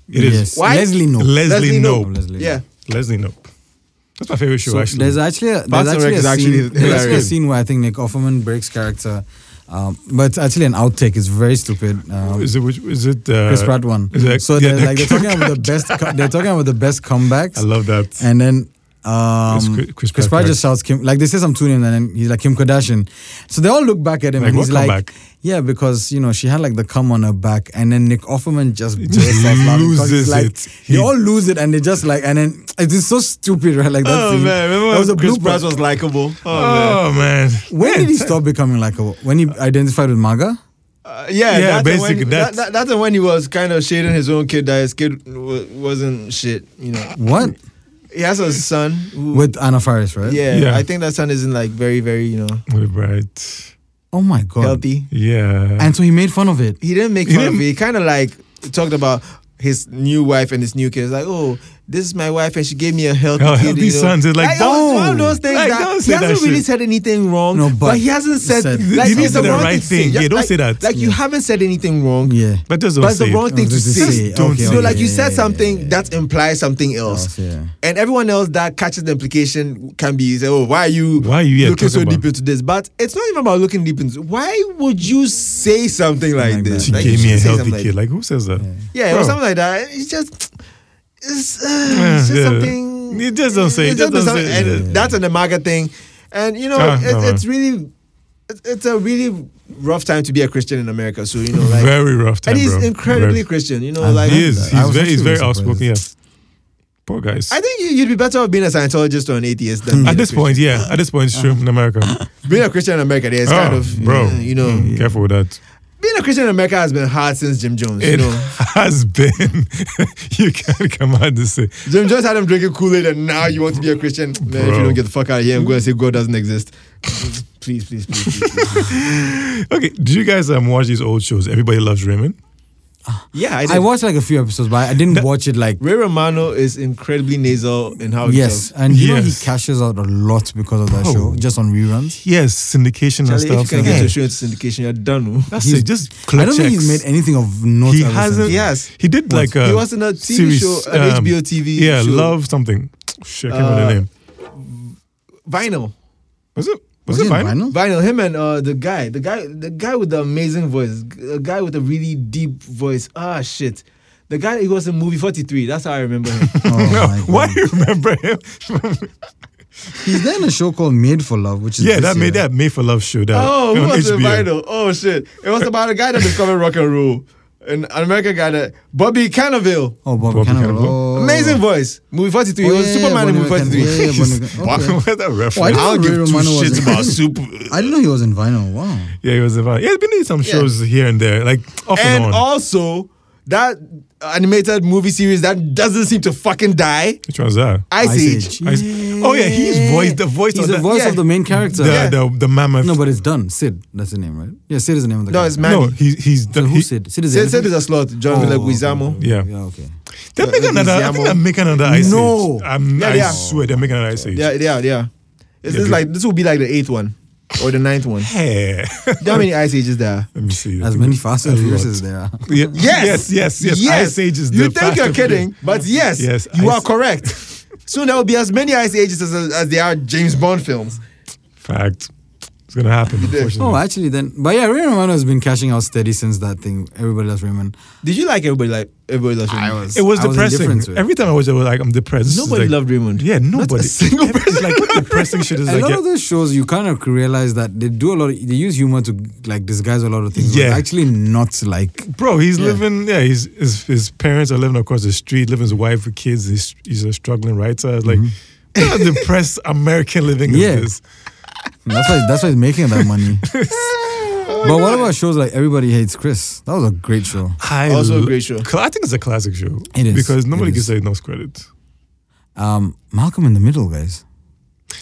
B: It is
A: Yes.
C: Why?
A: Leslie Nope.
B: Leslie
C: Nope.
B: Nope.
A: Leslie
C: Yeah.
A: Knope.
B: Leslie Nope. That's my favorite show,
A: So
B: actually.
A: There's actually a,
C: Parks
A: there's
C: and Rec
A: actually a, scene,
C: is actually
A: there's actually a
C: hilarious.
A: scene where I think Nick Offerman breaks character, um, but it's actually an outtake. It's very stupid. Um,
B: is it? Which, is it? Uh,
A: Chris Pratt one.
B: is it-
A: so
B: yeah,
A: they're
B: the
A: like they're talking about the best. co- they're talking about the best comebacks,
B: *laughs* I love that.
A: *laughs* and then. Um, Chris,
B: Chris- Chris Pratt
A: Pratt
B: cracks.
A: just shouts Kim, like they say some two names, and then he's like Kim Kardashian. So they all look back at him,
B: Like,
A: and
B: what
A: he's like,
B: comeback?
A: "Yeah, because you know she had like the cum on her back," and then Nick Offerman just
B: just
A: bursts out laughing 'cause
B: loses
A: it's like,
B: it. He-
A: They all lose it, and they just like, and then it is so stupid, right? Like that
C: Oh
A: scene.
C: man, remember
A: that was a
C: when Chris
A: blooper.
C: Pratt was likable?
B: oh
C: Oh, man.
B: man.
A: When did he stop becoming like a when he identified with MAGA?
C: Uh, yeah,
B: Yeah,
C: yeah, that's
B: basically,
C: when,
B: that's-
C: that, that, that's when he was kind of shading his own kid that his kid w- wasn't shit. You know,
A: What
C: he has a son. Who,
A: with Anna Faris, right?
C: yeah,
B: Yeah.
C: I think that son isn't like very, very you know
B: What right?
A: Oh my god.
C: healthy.
B: Yeah.
A: And so he made fun of it.
C: He didn't make
B: He
C: fun of
B: didn't-
C: it. He kind of like talked about his new wife and his new kids. Like, oh, this is my wife, and she gave me a healthy
B: Oh,
C: kid.
B: healthy
C: you know?
B: sons. It's like,
C: it was one of those
B: don't.
C: things
B: Like,
C: that
B: don't
C: he
B: say that
C: hasn't really
B: shit.
C: said anything wrong.
A: No,
C: but,
A: but
C: he hasn't said.
A: said-
C: like,
B: He
C: it's
B: didn't say the
C: wrong
B: right
C: to say.
B: thing. Yeah, don't
C: like,
B: say that.
C: Like you haven't said anything wrong.
A: Yeah.
B: but just don't
C: But it's
B: say
C: the
B: it.
C: wrong thing
A: Oh,
C: to
A: just to
C: say.
A: say. Don't
B: Okay,
C: so,
B: okay,
C: like, you
A: yeah,
C: said
A: yeah,
C: something
A: yeah, yeah.
C: that implies something else,
A: Else, yeah.
C: and everyone else that catches the implication can be say, "Oh, why are you?
B: Why are you here
C: looking so
B: talking about-
C: deep into this?" But it's not even about looking deep into. Why would you say something like,
A: Like
C: this?
B: She
C: Like, you
B: gave me a
C: should say
B: healthy
C: something like
B: kid. Like who says that?
C: yeah, or
B: Bro.
C: something like that. It's just, it's, uh,
B: Yeah,
C: it's just
B: yeah.
C: something.
B: You just don't say it,
C: it's
B: just
C: been
B: don't say
C: something-
B: it.
C: and That's an Amaga thing, and you know,
B: Ah,
C: it,
B: no,
C: it's really, it, it's a really rough time to be a Christian in America. So you know, like,
B: Very rough time,
C: and he's
B: bro.
C: incredibly
B: Very-
C: Christian. You know,
A: I
C: like,
B: He is.
A: that. I
B: He's
A: was
B: very. He's
A: actually
B: very
A: really
B: outspoken. Yeah. Poor guys.
C: I think you- you'd be better off being a Scientologist or an atheist than being
B: Hmm. At
C: a
B: this
C: Christian.
B: point, yeah. At this point, it's true in America.
C: Being a Christian in America, there's
B: Oh,
C: kind of,
B: bro.
C: you know,
B: Mm, Careful with that.
C: being a Christian in America has been hard since Jim Jones. you
B: It
C: know,
B: *laughs* has been. *laughs* you can't come out and say.
C: Jim Jones had him drinking Kool Aid, and now you want to be a Christian? Man, if
B: Bro.
C: you don't get the fuck out of here and go and say God doesn't exist, please, please, please, please. please.
B: Okay. Do you guys um watch these old shows? Everybody loves Raymond.
C: *laughs* yeah, I, did.
A: I watched like a few episodes, but I didn't watch it like
C: Ray Romano is incredibly nasal in how he
A: yes.
C: talks.
A: And you know he
B: Yes. Oh.
A: cashes out a lot because of that
B: Bro.
A: show, just on reruns.
B: Yes, syndication
C: Charlie,
B: and
C: if you
B: stuff.
C: can get
B: Yeah.
C: your show into syndication, you're done. oh.
B: That's
A: He's-
B: it. Just collect
A: I don't think he's
B: checks.
A: made anything of note.
B: He
A: ever
B: hasn't.
A: since.
C: Yeah. Yes.
B: He did like a.
C: he was in a TV
B: series,
C: show, an
B: um,
C: HBO TV
B: Yeah,
C: show.
B: love something. Shit, I can't remember
C: Uh,
B: the name.
C: Vinyl,
B: Was it? Was,
A: Was,
B: it
A: he in vinyl?
B: Vinyl? *laughs*
C: vinyl. Him and uh, the guy, the guy, the guy with the amazing voice, a guy with a really deep voice. Ah, shit. The guy he was in movie 43. That's how I remember him. *laughs*
A: Oh, my God.
B: *laughs* Why do you remember him? *laughs*
A: He's then a show called Made for Love, which is
B: yeah,
A: this
B: that made
A: year.
B: that made for love show. That
C: oh,
B: *laughs*
C: who
B: on
C: was in
B: HBO.
C: Vinyl? Oh shit. It was about a guy that discovered rock and roll. An an American guy that Bobby Cannavale.
A: Oh, Bobby,
B: Bobby
A: Cannavale.
B: Cannavale.
A: Oh.
C: Amazing voice. Movie 43.
A: Oh,
C: he was
A: yeah,
C: Superman in
A: Bonnie
C: movie
A: Raitt.
C: 43.
A: Yeah, yeah, Bonnie Raitt.
B: Why-
A: Okay.
B: where's that reference?
A: I didn't
B: I'll
A: know
B: give
A: Ray
B: two
A: Romano was
B: shits
A: in-
B: about soup.
A: *laughs* Oh, I didn't know he was in vinyl. Wow.
B: yeah, he was in Vinyl. Yeah, he's been in some
C: Yeah.
B: shows here and there, like off and,
C: And
B: on.
C: also, that animated movie series that doesn't seem to fucking die,
B: Which one's that?
C: Ice, Age.
B: Ice- Oh yeah, he's voice the voice
A: He's
B: of
A: the
B: that-
A: voice
C: yeah.
A: of the main character.
B: the, the the mammoth.
A: No, but it's done. Sid, that's the name, right? Yeah, Sid is the name of the
C: No,
A: guy.
C: it's Manny.
B: no, he's he's the,
A: So
B: he-
A: who's Sid? Sid is the
C: Said, said
A: elephant?
C: it's a slot. John
A: Oh,
C: Villa
A: okay,
C: Guizamo.
A: okay.
B: Yeah.
A: Yeah, okay.
B: They're making another. I think
C: Guillermo.
B: they're making another Ice
A: No.
B: Age. I'm,
C: Yeah,
B: I
C: they are.
B: swear they're making another Ice Age.
C: Yeah, yeah, yeah. This
B: Yeah,
C: is
B: dude.
C: like this will be like the eighth one or the ninth one.
B: Hey.
C: You know how many Ice Ages there? are?
B: *laughs* Let me see.
A: As many Fast and
B: A
A: Furious *laughs*
B: lot.
A: as there are.
B: Yeah. Yes, yes, yes. Ice Age is the
C: You think
B: Fast
C: you're
B: and Furious.
C: kidding, but yes,
B: Yes,
C: you
B: Ice-
C: are correct.
B: *laughs*
C: Soon there will be as many Ice Ages as, as there are James Bond films.
B: Fact. It's gonna happen.
A: Oh,
B: Unfortunately.
A: actually, then. But yeah, Ray Romano has been cashing out steady since that thing. Everybody loves Raymond.
C: Did you like everybody like everybody loves Raymond?
B: it was
A: I was
B: depressing.
A: indifferent to it.
B: Every time I watch it, I was like, I'm depressed. This is
C: Nobody
B: like-
C: loved Raymond.
B: Yeah, nobody. *laughs*
C: single
B: It's like what depressing shit *laughs* is
A: A
B: like.
A: lot
B: yeah.
A: of those shows, you kind of realize that they do a lot. Of, they use humor to like disguise a lot of things. but
B: Yeah.
A: actually, not like
B: Bro, he's
C: Yeah.
B: living. Yeah, he's, his his parents are living across the street, living with his wife with kids. He's he's a struggling writer. It's Like, what kind of depressed American living
A: Yeah.
B: is this?
A: That's why that's why he's making that
B: *laughs*
A: money. *laughs* but what about shows like Everybody Hates Chris? That was a great show.
B: I
C: Also a
B: lo-
C: great show.
B: Cla- I think it's a classic show.
A: It is.
B: because
A: It
B: nobody
A: is.
B: gives it enough credit.
A: Um, Malcolm in the Middle, guys,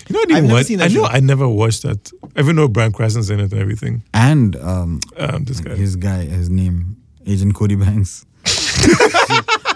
B: You know, I didn't
C: I've never
B: watch.
C: seen
B: I
C: that
B: know
C: show.
B: I never watched that. I even know Brian Cranston's in it and everything.
A: and um,
B: Um, this guy.
A: his guy, his name, Agent Cody
B: *laughs*
A: Banks.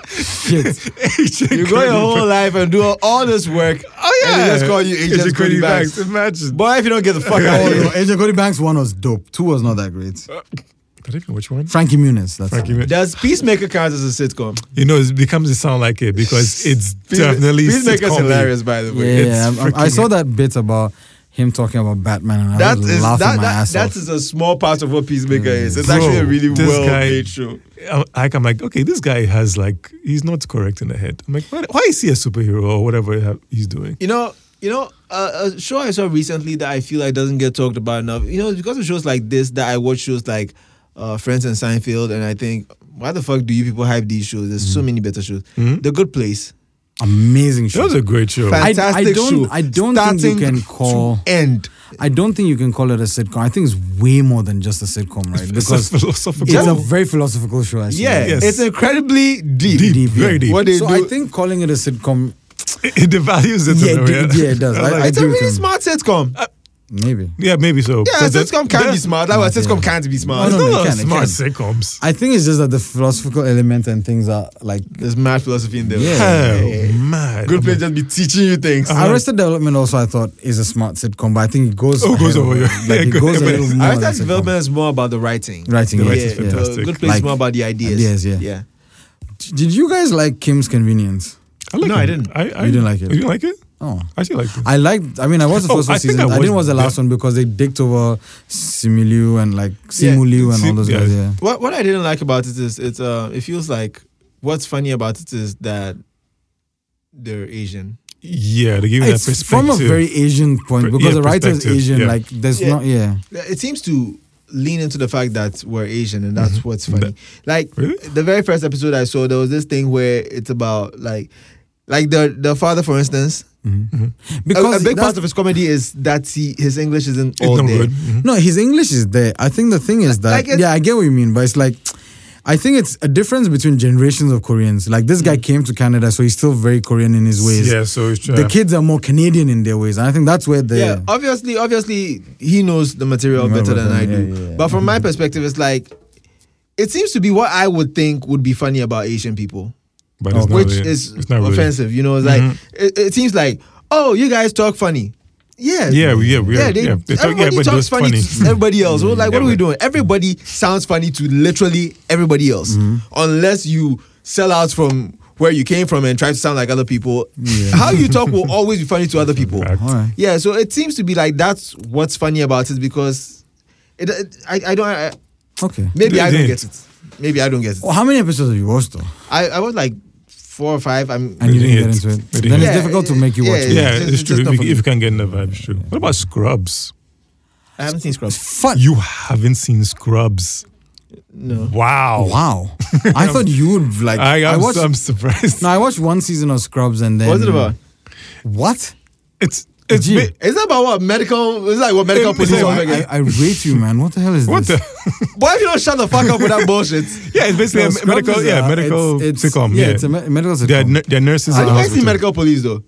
A: Shit.
C: You go your whole life and do all this work.
B: Oh yeah,
C: And they just call you
B: It's
C: Agent
B: a
C: Cody Banks.
B: Imagine. *laughs*
C: Boy, if you don't get the fuck out
A: Oh,
C: of
A: no,
C: here.
A: Agent Cody Banks one was dope. Two was not that great.
B: I don't know which one.
A: Frankie Muniz. That's
B: Uh. Frankie.
A: it.
B: Muniz.
C: Does Peacemaker count as a sitcom?
B: You know, it becomes it sound like it
A: *laughs*
B: because it's
C: Peace-
B: definitely
C: Peacemaker's
B: sitcom-y.
C: hilarious, by the
A: Yeah,
C: way.
B: It's
A: yeah, I'm- I'm- I
B: freaking-
A: saw that bit about him talking about Batman, and I
C: That
A: was
C: is
A: laughing
C: that,
A: my
C: that,
A: ass
C: that
A: off.
C: is a small part of what Peacemaker is. It's
B: Bro,
C: actually a really
B: this
C: well
B: guy-
C: made show.
B: I'm like, I'm like, okay, this guy has like, he's not correct in the head. I'm like, why, why is he a superhero or whatever ha- he's doing?
C: You know, you know, uh, a show I saw recently that I feel like doesn't get talked about enough. You know, it's because of shows like this that I watch shows like uh, Friends and Seinfeld, and I think, why the fuck do you people hype these shows? There's
A: Mm-hmm.
C: so many better shows. The Good Place,
A: Amazing show.
B: That was a great show.
A: I- I
C: fantastic
A: don't-
C: show.
A: I don't think you
C: Starting
A: can
C: to
A: call-
C: end.
A: I don't think you can call it a sitcom. I think it's way more than just a sitcom, right?
B: It's
A: Because
B: a *laughs* philosophical.
A: it's a very philosophical show. Actually.
C: Yeah,
B: Yes.
C: it's incredibly deep.
B: Deep.
A: Deep,
B: very
A: yeah.
B: deep.
C: What they
A: so
C: do,
A: I think calling it a sitcom,
B: *laughs* it devalues it.
A: yeah,
B: in
A: it
B: a way.
A: do- yeah, it
C: *laughs*
A: Uh, does. I,
B: like-
A: I
C: it's a
A: do with
C: really
A: him.
C: smart sitcom.
A: Maybe.
B: yeah, maybe so.
C: yeah,
B: Because that-
C: sitcom can
B: that-
C: be smart. That was
A: Yeah.
C: sitcom can't be smart.
A: No,
B: It's
A: no,
B: not
A: it
B: a lot of
A: can, it
B: smart
A: can.
B: sitcoms.
A: I think it's just that the philosophical element and things are like
C: There's mad philosophy in there.
A: Yeah.
B: Hell, man.
C: Good place just be teaching you things.
A: Arrested Development. Also, I thought is a smart sitcom, but I think it goes
B: Oh, goes
A: ahead of
B: over,
A: it.
B: yeah.
A: Like
B: Yeah,
A: it
B: go-
A: goes a
B: but
A: little more.
C: Arrested
A: than sitcom.
C: Development is more about the writing.
A: writing.
B: The
A: yeah,
B: writing's
A: yeah.
C: the
B: fantastic.
C: Good place is
A: Like-
C: more about the ideas.
A: Ideas, yeah.
C: Yeah.
A: Did you guys like Kim's Convenience?
B: I like
C: No, I
B: it.
C: didn't.
B: I, I
A: You didn't like it?
B: You didn't like it?
A: Oh,
B: I actually liked it.
A: I liked. I mean, I watched the
B: *laughs* Oh,
A: first
B: I
A: one
B: think
A: season.
B: I
A: I, didn't watch
B: watched
A: the last
B: the-
A: one because they dicked over Similu and like Simulu and all
B: Sim-
A: those
B: yeah.
A: guys. Yeah.
C: What what I didn't like about it is it's uh it feels like what's funny about it is that they're Asian.
B: Yeah, they give you that
A: It's
B: perspective.
A: from a very Asian point
B: Per-
A: because
B: yeah,
A: the writer is
B: perspective,
A: Asian.
B: yeah.
A: Like, there's
C: Yeah.
A: not. Yeah.
C: It seems to lean into the fact that we're Asian and that's what's funny. Like
B: Really?
C: the very first episode I saw, there was this thing where it's about like like the the father, for instance,
A: Because
C: a, a big
A: that's-
C: part of his comedy is that he his English isn't
B: It's
C: all
B: not
C: there.
B: good. Mhm.
A: No, his English is there. I think the thing is that
C: Like it's-
A: yeah, I get what you mean, but it's like I think it's a difference between generations of Koreans. Like this
C: Mm.
A: guy came to Canada, so he's still very Korean in his ways.
B: Yeah, so it's
A: The
B: uh,
A: kids are more Canadian in their ways, and I think that's where the
C: Yeah. obviously, obviously he knows the material
A: You know
C: better
A: better
C: than I do.
A: than- yeah, yeah, yeah.
C: But from
B: Mm-hmm.
C: my perspective, it's like it seems to be what I would think would be funny about Asian people,
B: but it's not
C: which
B: really-
C: is
B: it's not really- Mm-hmm.
C: offensive. You know, it's like it, it seems like oh, you guys talk funny, yeah,
B: Yeah, we- yeah, we
C: yeah.
B: are.
C: They,
B: yeah, they talk, yeah,
C: everybody
B: but it
C: talks
B: was
C: funny,
B: funny. *laughs*
C: to everybody else. Well, like, what are we
B: but-
C: doing? Everybody sounds funny to literally everybody else,
B: Mm-hmm.
C: unless you sell out from. Where you came from and try to sound like other people. How you
B: *laughs*
C: talk will always be funny to other people.
B: Fact.
A: all right.
C: Yeah, so it seems to be like that's what's funny about it because it, it- I, I don't I,
A: Okay.
C: maybe I
B: They
C: don't
B: did.
C: get it. Maybe I don't get it.
A: Well, how many episodes have you watched though?
C: I, I was like four or five. I'm
A: And you
B: Really
A: didn't get
B: hit.
A: into it.
B: Really
A: Then
B: hit.
A: it's
C: Yeah,
A: difficult to make you watch
C: yeah,
A: it.
B: Yeah,
C: It's-
B: it's,
C: it's
B: true.
C: just
B: If
C: not
B: you,
C: for
B: if you can get in the vibe, it's true. What about Scrubs?
C: I haven't seen Scrubs.
A: Fun.
B: You haven't seen Scrubs.
C: No.
B: Wow.
A: Wow. I
B: *laughs*
A: thought you would like.
B: I, I'm,
A: watched.
B: I'm surprised.
A: no, I watched one season of Scrubs and then.
C: What's it about?
A: What?
B: *laughs* It's it's
A: Gee.
B: bit-
C: It's about what medical. It's like what medical
B: It-
C: police.
B: it's
C: all
B: like-
C: over
A: I,
C: again.
A: I rate you, man. What the hell is
B: what the *laughs*
A: this?
C: Why if you don't shut the fuck up with that bullshit?
B: yeah. It's basically
A: No,
B: a
A: Scrubs
B: medical
A: is
B: yeah
A: a-
B: medical
A: it's- it's-
B: sitcom.
A: Yeah,
B: Yeah,
A: it's a me- medical sitcom.
B: they're, nu- they're nurses.
C: I
B: in the
C: don't see
B: hospital.
C: medical police though.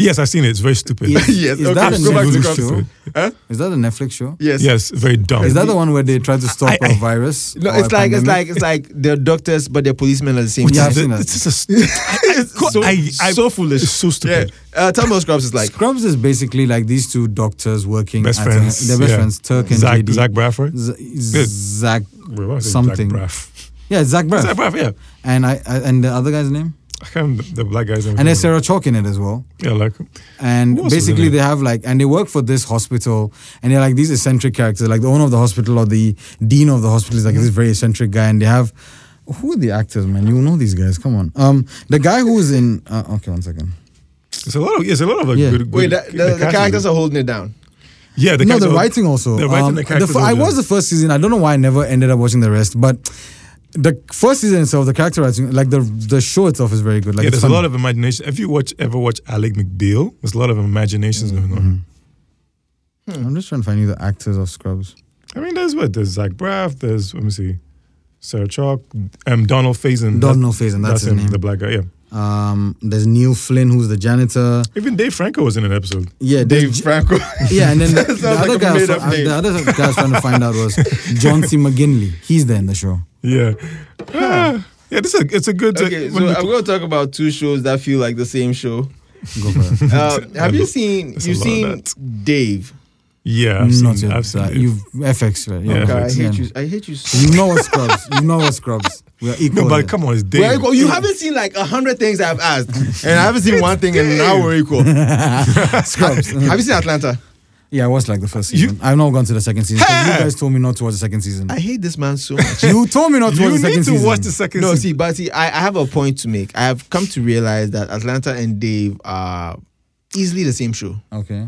B: Yes, I've seen it. It's very stupid.
A: Yes.
C: *laughs* yes.
A: Is
C: okay.
A: that a
C: go back to
A: Netflix
C: Scrubs.
A: show?
C: Huh?
A: Is that a Netflix show?
B: *laughs*
C: Yes.
B: yes, very dumb.
A: Is that the one where they try to stop
B: I-
A: a
B: I-
A: virus?
C: No,
A: or
C: it's
A: a
C: like it's
A: pandemic?
C: like it's like they're doctors but they're policemen at the same
A: Yeah,
C: time.
A: I've seen that.
B: it's just
A: *laughs*
B: a stu-
C: *laughs* it's so,
B: I- I-
C: so foolish.
B: it's so stupid.
C: Yeah. Uh, tell me what Scrubs is like.
A: Scrubs is basically like these two doctors working
B: best
A: at
B: friends.
A: A, they're best
B: yeah.
A: friends, Turk and
B: Zach,
A: JD.
B: Zach Brafford.
A: Z- Zach
B: Wait, what was it?
A: something.
B: Zach Braff.
A: yeah, Zach Braff.
B: Zach Braff. Yeah.
A: And I, I and the other guy's name.
B: I can't remember the black guy's name.
A: And there's Sarah Chalk in it as well.
B: Yeah, like
A: And
B: Who else was in
A: basically
B: it?
A: they have like and they work for this hospital and they're like these eccentric characters. Like the owner of the hospital or the dean of the hospital is like
B: Mm-hmm.
A: this very eccentric guy and they have who are the actors, man? You know these guys. Come on. Um the guy who was in uh, okay, one second.
B: it's a lot of it's a lot of like
A: Yeah.
B: good, good.
C: Wait, that, the, the,
B: cast is-
C: characters are holding it down.
B: Yeah, the
A: no,
B: characters
A: the
B: are-
A: writing also.
B: The writing,
A: Um,
B: the characters.
A: fir-
B: are
A: I was the
B: just-
A: first season. I don't know why I never ended up watching the rest, but the first season itself, the character writing, like the the show itself is very good. Like
B: yeah,
A: it's
B: there's
A: funny.
B: a lot of imagination. If you watch ever watch Alec McBeal, there's a lot of imaginations
A: Mm-hmm.
B: going on.
A: I'm just trying to find you the actors of Scrubs.
B: I mean, there's what there's Zach Braff. There's let me see, Sarah Chalk, um, Donald Faison.
A: Donald Faison, that's his
B: him,
A: name.
B: the black guy. Yeah,
A: Um, there's Neil Flynn, who's the janitor.
B: even Dave Franco was in an episode.
A: Yeah, there's
C: Dave
A: J-
C: Franco.
A: *laughs* Yeah,
B: *laughs*
A: and then the,
C: Sounds
A: the
C: like
A: other
C: a
A: guy, I was-
C: made-up
A: uh,
C: name.
A: the other guy I was trying to find out was John C. McGinley. He's there in the show.
B: Yeah, Ah, yeah. This is a, it's a good.
C: *laughs* *laughs* okay, so
B: when
C: I'm going to talk about two shows that feel *laughs* like the same show.
A: Go for it.
C: Uh, have you seen?
B: That's a
C: You've
B: lot of
C: seen Dave?
B: Yeah, I've
A: not
B: seen,
A: yet.
B: I've seen
A: Uh,
B: it.
A: You've FX, right?
B: Yeah.
C: Okay, I
A: FX,
C: hate
A: yeah.
C: you. I hate you. So
A: You know what scrubs. You know what scrubs. We are equal.
B: no,
A: here.
B: but come on, it's Dave.
C: We're equal. You haven't seen like a hundred things I've asked, *laughs* and I haven't seen one thing, and now we're *laughs* equal.
A: *laughs*
C: Have
A: scrubs. Uh-huh.
C: you seen Atlanta?
A: yeah, I watched like the first
B: You-
A: season. I've not gone to the second season. 'cause
B: Hey!
A: You guys told me not to watch the second season.
C: I hate this man so *laughs*
A: *laughs*
C: much.
A: you told me not to
B: You
A: watch the
B: need to
A: second season.
B: watch the second
C: no,
B: season.
C: see, but see, I, I have a point to make. I have come to realize that Atlanta and Dave are easily the same show
A: Okay.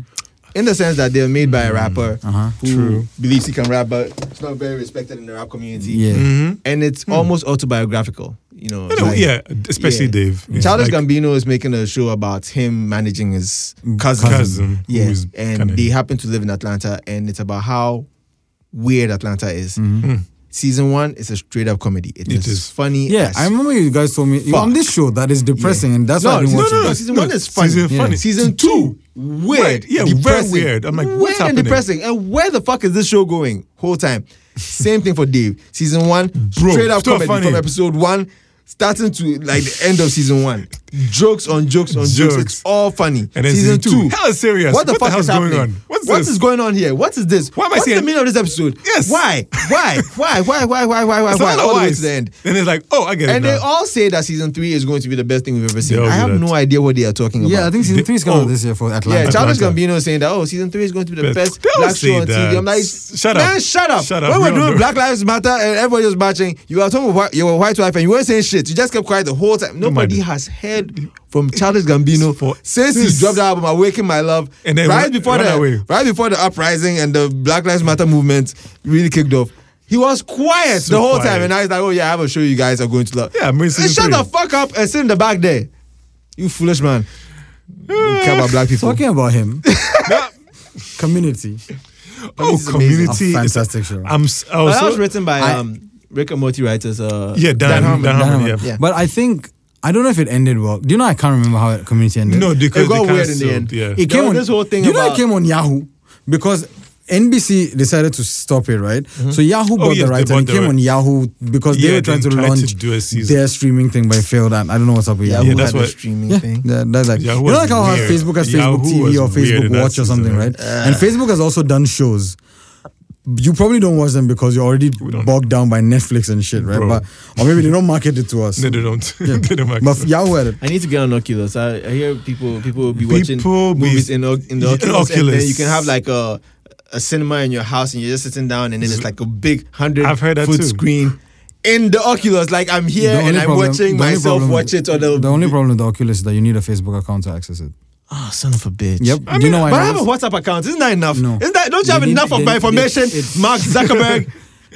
C: in the sense that they're made by a rapper
A: Uh-huh.
C: who
B: Mm. True.
C: believes he can rap, but it's not very respected in the rap community. Mm-hmm.
A: Yeah.
B: Mhm.
C: and it's almost autobiographical. You know,
B: No, no,
C: like-
B: yeah, especially
C: yeah.
B: Dave. Yeah.
C: Childish
B: Like, Mm,
C: Gambino is making a show about him managing his cousin.
B: cousin. who
C: Yeah,
B: is
C: and
B: kinda-
C: they happen to live in Atlanta, and it's about how weird Atlanta is.
B: Mm.
C: Season one is a straight up comedy.
B: It
C: it is,
B: is.
C: funny.
A: Yeah,
C: as-
A: I remember you guys told me you- on
C: Fuck.
A: this show that is depressing, and that's why
C: no,
A: I didn't
C: no,
A: watch
C: no,
A: it.
C: no, season one is funny.
B: Season
A: Yeah.
B: funny.
C: Season two, weird,
B: Weird. Yeah, very
C: depressing.
B: weird. I'm like, what's
C: weird and
B: happening?
C: depressing. And where the fuck is this show going? Whole time. Same thing for Dave. Season one,
B: Bro,
C: straight up
B: stop
C: comedy
B: funny.
C: from episode one, starting to like the end of season one. Jokes on jokes on jokes.
B: Jokes.
C: It's all funny.
B: And then
C: season two,
B: hell serious.
C: What the fuck
B: hell's
C: is
B: going
C: happening?
B: on? What's
C: What
B: this?
C: is going on here? What is this?
B: Why am I
C: What's the
B: seeing-
C: meaning of this episode?
B: Yes.
C: Why? Why? Why? Why? Why? Why? Why? Why?
B: It's
C: Why?
B: not
C: All the way
B: otherwise.
C: to the end.
B: And it's like, oh, I get it.
C: And
B: now.
C: they all say that season three is going to be the best thing we've ever seen.
B: They'll
C: I
B: do
C: have
B: that.
C: no idea what they are talking about.
A: Yeah, I think season
B: They-
A: three is coming out
B: oh.
A: this year for Atlanta.
C: Yeah, Childish
B: Atlanta.
C: Gambino is saying that oh, season three is going to be the
B: But
C: best
B: don't
C: black
B: say
C: show on
B: that.
C: TV. I'm like,
B: Shut
C: man,
B: up.
C: shut up.
B: Shut up.
C: When
B: We
C: we
B: all
C: were doing
B: know.
C: Black Lives Matter and everybody was marching, you were talking about you were white wife and you weren't saying shit. You just kept quiet the whole time.
B: Don't mind
C: Nobody
B: it.
C: has heard from Childish Gambino
B: For-
C: since he
B: since-
C: dropped the album "Awaken My Love."
B: And then
C: right
B: run-
C: before
B: run
C: the
B: away.
C: right before the uprising and the Black Lives Matter movement really kicked off. He was quiet
B: So
C: the whole
B: quiet.
C: time, and now he's like, "Oh yeah, I have a show you guys are going to love."
B: Yeah, I'm in
C: Hey,
B: season
C: Shut
B: three.
C: the fuck up and sit in the back there, you
B: *sighs*
C: foolish man. You care about black people.
A: Talking about
B: *laughs*
A: him, community.
B: oh,
C: is amazing.
B: community.
A: A
B: is-
A: fantastic show.
B: I'm. s- I was
C: Well, that
B: so-
C: was written by
A: I-
C: um, Rick and Morty writers. Uh,
B: Yeah, Dan. Dan Harmon.
A: Dynamite.
B: yeah.
C: Yeah.
A: But I think I don't know if it ended well. Do you know? I can't remember how it- community ended.
B: No, because
C: It got
B: they
C: weird in the
B: cancelled,
C: end.
B: Yeah.
A: it
C: There
A: came
C: was
A: on
C: this whole thing
A: You know, it
C: about-
A: came on Yahoo because NBC decided to stop it, right? So Yahoo bought
B: Mm-hmm. Oh, yes,
A: the
B: they
A: rights
B: bought
A: and it
B: the
A: came
B: right-
A: on Yahoo because
B: Yeah,
A: they were
B: they
A: trying to
B: tried to
A: launch
B: do a season.
A: their streaming thing, but it failed. And I don't know what's up with Yahoo.
C: Yahoo
B: that's
C: had
B: what-
C: a streaming
A: Yeah,
C: thing.
A: that, that's like
B: Yahoo
A: you know,
B: was
A: like how has
B: weird.
A: Facebook has
B: Yahoo
A: Facebook TV or
B: was weird
A: Facebook
B: in that
A: Watch or something,
B: season,
A: right?
B: right?
A: and Facebook has also done shows. You probably don't watch them because you're already
B: don't.
A: bogged down by Netflix and shit, right?
B: Bro.
A: But or maybe they don't market it to us.
B: No, they
C: *laughs*
B: don't. *laughs* they don't
A: but
B: access.
A: Yahoo had it.
C: I need to get on Oculus. I, I hear people people will be watching
B: People be-
C: movies in, o- in the
B: in
C: Oculus, and
B: Oculus.
C: then you can have like a a cinema in your house, and you're just sitting down, and then it's like a big hundred
B: I've heard that
C: foot
B: too.
C: screen in the Oculus. Like I'm here
A: The only
C: and I'm
A: problem-
C: watching
A: the only
C: myself
A: problem-
C: watch it. Or the,
A: the only problem with the Oculus is that you need a Facebook account to access it.
C: oh son of a bitch.
A: Yep.
B: I
A: Do you
B: mean,
A: know why?
C: But I
A: it
C: have a
A: is?
C: WhatsApp account. Isn't that enough?
A: No.
C: Isn't that? Don't you
A: They
C: have
A: need-
C: enough of
A: they-
C: my
A: they-
C: information,
A: it's-
C: Mark Zuckerberg?
A: *laughs*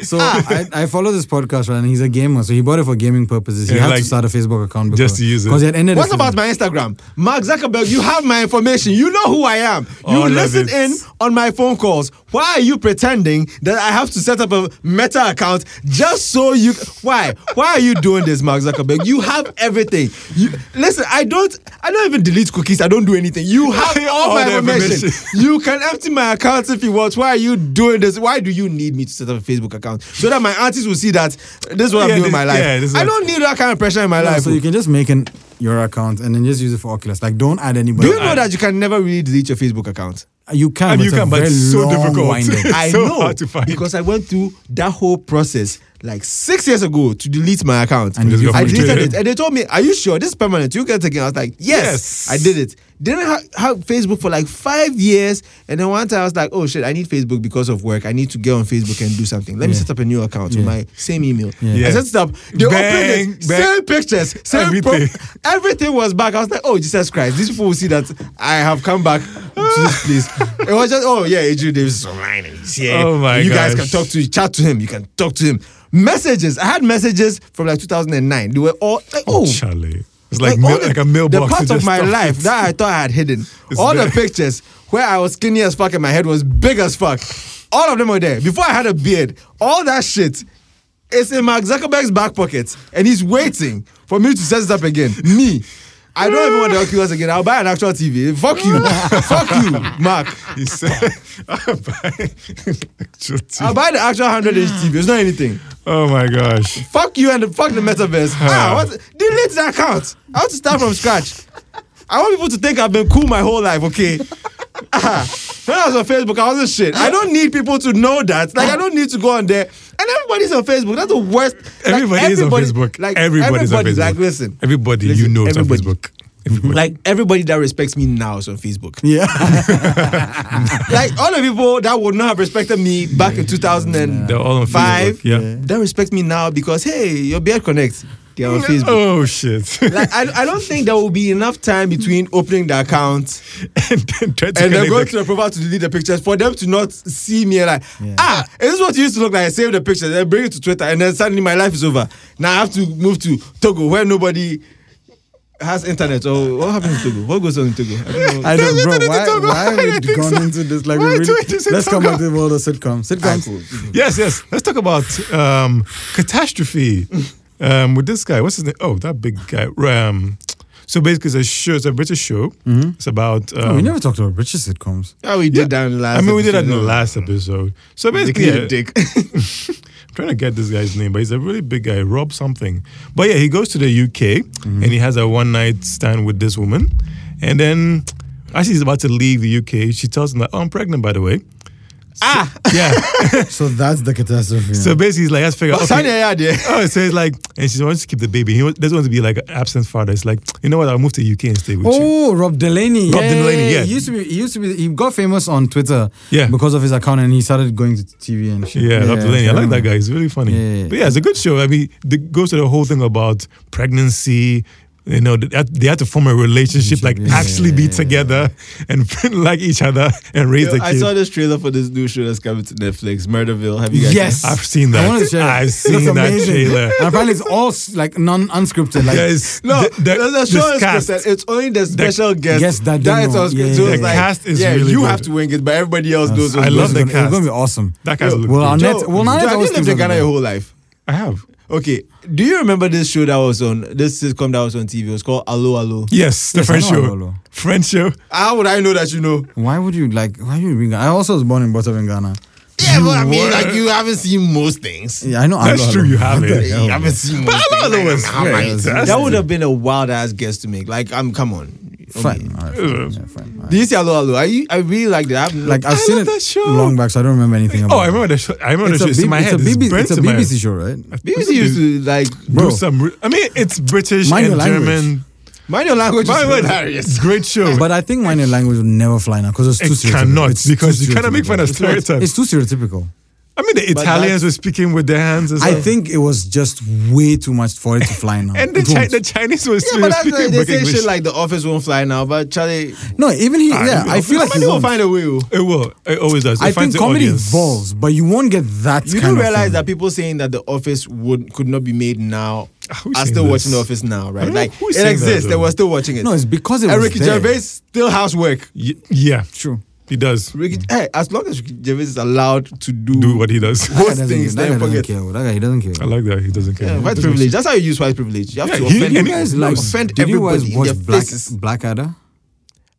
A: So
C: Ah.
A: I, I follow this podcast right, and he's a gamer, so he bought it for gaming purposes. He
B: Yeah,
A: had
B: like,
A: to start a Facebook account because,
B: just to use it.
A: Because he had ended.
C: What
A: his
C: about
A: business.
C: my Instagram? Mark Zuckerberg, you have my information. You know who I am. You
B: All of
C: listen
B: it.
C: in on my phone calls. Why are you pretending that I have to set up a Meta account just so you? Why? Why are you doing this, Mark Zuckerberg? You have everything. You listen. I don't. I don't even delete cookies. I don't do anything.
B: *laughs*
C: You have all,
B: All
C: my
B: the
C: information.
B: information.
C: you can empty my account if you want. Why are you doing this? Why do you need me to set up a Facebook account so that my aunties will see that this is what
B: Yeah,
C: I'm doing in
B: this-
C: my life?
B: yeah, this is
C: I
B: what-
C: don't need that kind of pressure in my
A: No,
C: life. oh.
A: so you can just make an your account and then just use it for Oculus. Like, don't add anybody.
C: Do you know that you can never really delete your Facebook account?
A: you can?
B: And
A: but
B: you
A: it's a
B: can, but
A: very
B: it's so
A: long
B: difficult.
A: winding.
B: *laughs*
A: *laughs*
B: It's
C: I
B: so
C: know
B: hard to find.
C: because I went through that whole process like six years ago to delete my account.
A: And you
C: I
A: just
C: deleted
B: deleted
C: it,
B: it.
C: and they told me, "Are you sure this is permanent? You get taken." I was like, yes,
B: Yes.
C: I did it." Didn't ha- have Facebook for like five years, and then one time I was like, "Oh shit, I need Facebook because of work. I need to get on Facebook and do something. Let me
A: Yeah.
C: set up a new account with
A: Yeah.
C: my same email."
A: Yeah.
C: I set it up. They
B: Bang,
C: opened it,
B: bang.
C: same pictures, same everything.
B: Everything.
C: everything was back. I was like, "Oh Jesus Christ, these people will see that I have come back to this place." It was just, "Oh yeah, Adrian Davis is online and he's here.
B: Oh, my
C: You guys
B: gosh.
C: can talk to you, chat to him. You can talk to him." Messages. I had messages from like 2009. They were all like, "Oh."
B: Charlie. It's like
C: all
B: mil-
C: the-
B: like a mailbox.
C: The part
B: you
C: of
B: just
C: my
B: stuff
C: life
B: it.
C: that I thought I had hidden.
B: It's
C: all the
B: there.
C: pictures where I was skinny as fuck and my head was big as fuck. All of them were there. Before I had a beard, all that shit is in Mark Zuckerberg's back pocket. And he's waiting for me to set it up again. Me. I don't even want the Oculus again. I'll buy an actual TV. Fuck
B: *laughs*
C: you. fuck you, Mark.
B: *laughs* He said, *laughs* "Oh, I'll buy actual tea.
C: I'll buy the actual 100 inch TV. It's not anything.
B: *laughs* Oh my gosh.
C: Fuck you and the, fuck the
B: *laughs*
C: metaverse. ah, what? Delete the account. I want to start from scratch. I want people to think I've been cool my whole life, okay? Ah, When I was on Facebook, I wasn't shit. I don't need people to know that. Like, I don't need to go on there. And everybody's on Facebook. That's the worst. Like,
B: Everybody is on Facebook.
C: Like,
B: everybody's, on Facebook.
C: Like, listen.
B: everybody you
C: listen,
B: know is on
C: everybody.
B: Facebook. Everybody.
C: Like, everybody that respects me now is on Facebook.
B: *laughs*
A: Yeah.
C: like, all the people that would not have respected me back in 2005,
B: They're all on Facebook. Yeah.
C: that respect me now because, hey, your beard connects. They're on Facebook.
B: Oh shit! *laughs*
C: Like, I, I don't think there will be enough time between opening the account
B: and then try to
C: and then
B: connect
C: going
B: the-
C: to the profile to delete the pictures for them to not see me and like ah is this what you used to look like save the pictures then bring it to twitter and then suddenly my life is over now i have to move to togo where nobody has internet or what happens in togo what goes on in togo i don't know
A: I don't,
B: Let's
A: bro.
B: end it in
A: Why,
B: Togo.
A: why
B: I
A: have
B: think
A: we gone
B: so.
A: into this? Like, we
B: Why
A: really,
B: do it is in
A: let's come
B: Togo?
A: back to the world of sitcoms. Sitcoms.
B: Yes, yes. Let's talk about um, catastrophe um, with this guy. What's his name? Oh, that big guy. Um, so basically, it's a show. It's a British show.
C: Mm-hmm.
B: It's about. Um,
A: we never talked about British sitcoms.
C: *laughs* yeah, Oh, we did that in the last
B: I mean, we did that in the
C: episode.
B: last episode. So
C: Dick,
B: basically,
C: yeah.
B: yeah,
C: dick. *laughs*
B: I'm trying to get this guy's name, but he's a really big guy, Rob something. But yeah, he goes to the UK and he has a one night stand with this woman. And then, as he's about to leave the UK, she tells him that, oh, I'm pregnant, by the way.
C: ah
B: Yeah.
A: So that's the catastrophe.
B: so basically, he's like, let's figure out.
C: okay.
B: okay,
C: yeah, yeah.
B: Oh, so it's like, and she wants to keep the baby. He wa- doesn't want to be like an absent father. It's like, you know what? I'll move to UK and stay with you.
A: Oh, Rob Delaney.
B: Rob
A: yeah,
B: Delaney, yeah.
A: He used to be. He used to be. He got famous on Twitter.
B: Yeah.
A: Because of his account, and he started going to TV and shit.
B: Yeah, Rob Delaney. I like that guy. He's really funny.
A: Yeah, yeah.
B: But yeah, it's a good show. I mean, it goes to the whole thing about pregnancy. You know, they had they had to form a relationship, like
A: Yeah.
B: actually be together and *laughs* like each other and raise
C: Yo,
B: the
C: I
B: kid.
C: saw this trailer for this new show that's coming to Netflix, Murderville. Have you guys?
A: Yes,
B: I've seen
A: I
B: that.
A: wanted to share.
B: I've
A: it.
B: seen
A: That's
B: that
A: amazing.
B: trailer.
A: And apparently, it's all s- like non unscripted. Like
B: Yeah, it's-
C: No,
B: the, the,
C: the,
B: the
C: show is
B: cast.
C: consent. It's only the special guest.
A: Guest that
C: that
A: don't
C: is
A: know.
C: on
A: Yeah,
C: script. So
A: yeah, yeah.
C: it's like,
B: The cast is
C: yeah,
B: really
C: you
B: good.
C: have to wing it, but everybody else knows.
B: I
C: what's
B: love
C: going
B: the
A: it's gonna, it's
C: on.
A: gonna
B: cast.
A: be awesome.
B: That guy's
C: Yo,
B: look
A: Will
B: good.
A: Arnett-
C: Joe,
A: Will
C: Joe,
A: Arnett
C: have
A: always
C: you lived
A: thinks
C: in
A: of
C: Ghana
A: it.
C: your whole life?
B: I have.
C: Okay. Do you remember this show that was on this sitcom that was on TV? It was called Allo Allo.
B: Yes, the
A: Yes, I know
B: French show.
A: Arnoldo.
B: French show.
C: How would I know that you know?
A: Why would you like? Why would you bring? I also was born and brought up in Ghana.
C: Yeah, but I
B: were.
C: mean, like you haven't seen most things.
A: Yeah, I know.
B: That's
A: Alo,
B: true,
A: Alo.
B: you have
A: What the
B: it.
A: hell,
B: You
A: bro?
C: haven't seen
B: But
C: most
B: Allo
C: things.
B: Allo was
C: How am I
A: great.
C: interested?
A: That's
C: That would have been a wild ass guess to make. Like, I'm come on.
A: Fine. all right, fine.
B: Ugh.
A: Yeah, fine. all
C: Do
A: right.
C: you see Allo Allo? I I really like that. I've,
A: Like I've
B: I
A: seen
B: love that
A: it
B: show.
A: long back, so I don't remember anything about.
B: Oh, I
A: it.
B: remember the show. I remember
A: It's
B: the
A: a,
B: show. It's in
A: B-
B: my
A: it's a
B: head. It's
A: BBC,
B: burnt
A: it's a
B: in my head.
A: BBC show, right?
C: BBC used to like
A: Bro.
B: do some. re- I mean, it's British
A: Mind
B: and
A: your language.
B: German.
C: mind your language.
B: By
C: is
B: the way,
C: hilarious.
B: it's great show.
A: But I think minor language will never fly now because it's too
B: it
A: stereotypical.
B: cannot
A: It's too
B: because you cannot
A: stereotypical.
B: make fun of
A: It's
B: stereotypes.
A: too stereotypical.
B: I mean, the Italians were speaking with their hands. As
A: I
B: well.
A: think it was just way too much for it to fly now.
B: *laughs* and the,
A: It
B: Chi-
A: won't.
B: the Chinese were
C: Yeah, but that's
B: speaking
C: like, they
B: with
C: say
B: English.
C: shit like the office won't fly now, but Charlie,
A: no, even he.
B: Ah,
A: Yeah,
B: no.
A: I feel like he
C: somebody will
A: won't.
C: find a way. oh.
B: it will. It always does. It
A: I
B: finds
A: think
B: an
A: comedy
B: audience.
A: evolves, but you won't get that.
C: You
A: kind
C: do realize
A: of
C: that people saying that the office would could not be made now
A: Ah,
B: who's
C: are
B: saying
C: still
B: this?
C: watching the office now, right?
B: don't know
C: Like
B: who's
C: it
B: saying that,
C: exists. they
B: though.
C: were still watching it.
A: No, it's because it
C: and
A: was
C: Ricky
A: there.
C: Gervais still has work.
B: Y- yeah,
A: True.
B: he does.
C: Ricky,
A: Mm.
C: hey, as long as Ricky Gervais is allowed to do,
B: Do what he does.
A: That guy
C: host
A: doesn't
C: things,
A: care.
C: then
A: That guy doesn't
C: forget.
A: care. That guy he doesn't care.
B: *laughs* I like that. He doesn't care.
C: Yeah, white privilege. That's how you use white privilege. You have
B: Yeah,
C: to
B: he-
C: offend.
B: and
A: You
B: he-
A: guys
B: You
A: like
C: offend
A: did you guys
C: everybody in
A: watch
C: their
A: Black
C: faces.
A: Blackadder?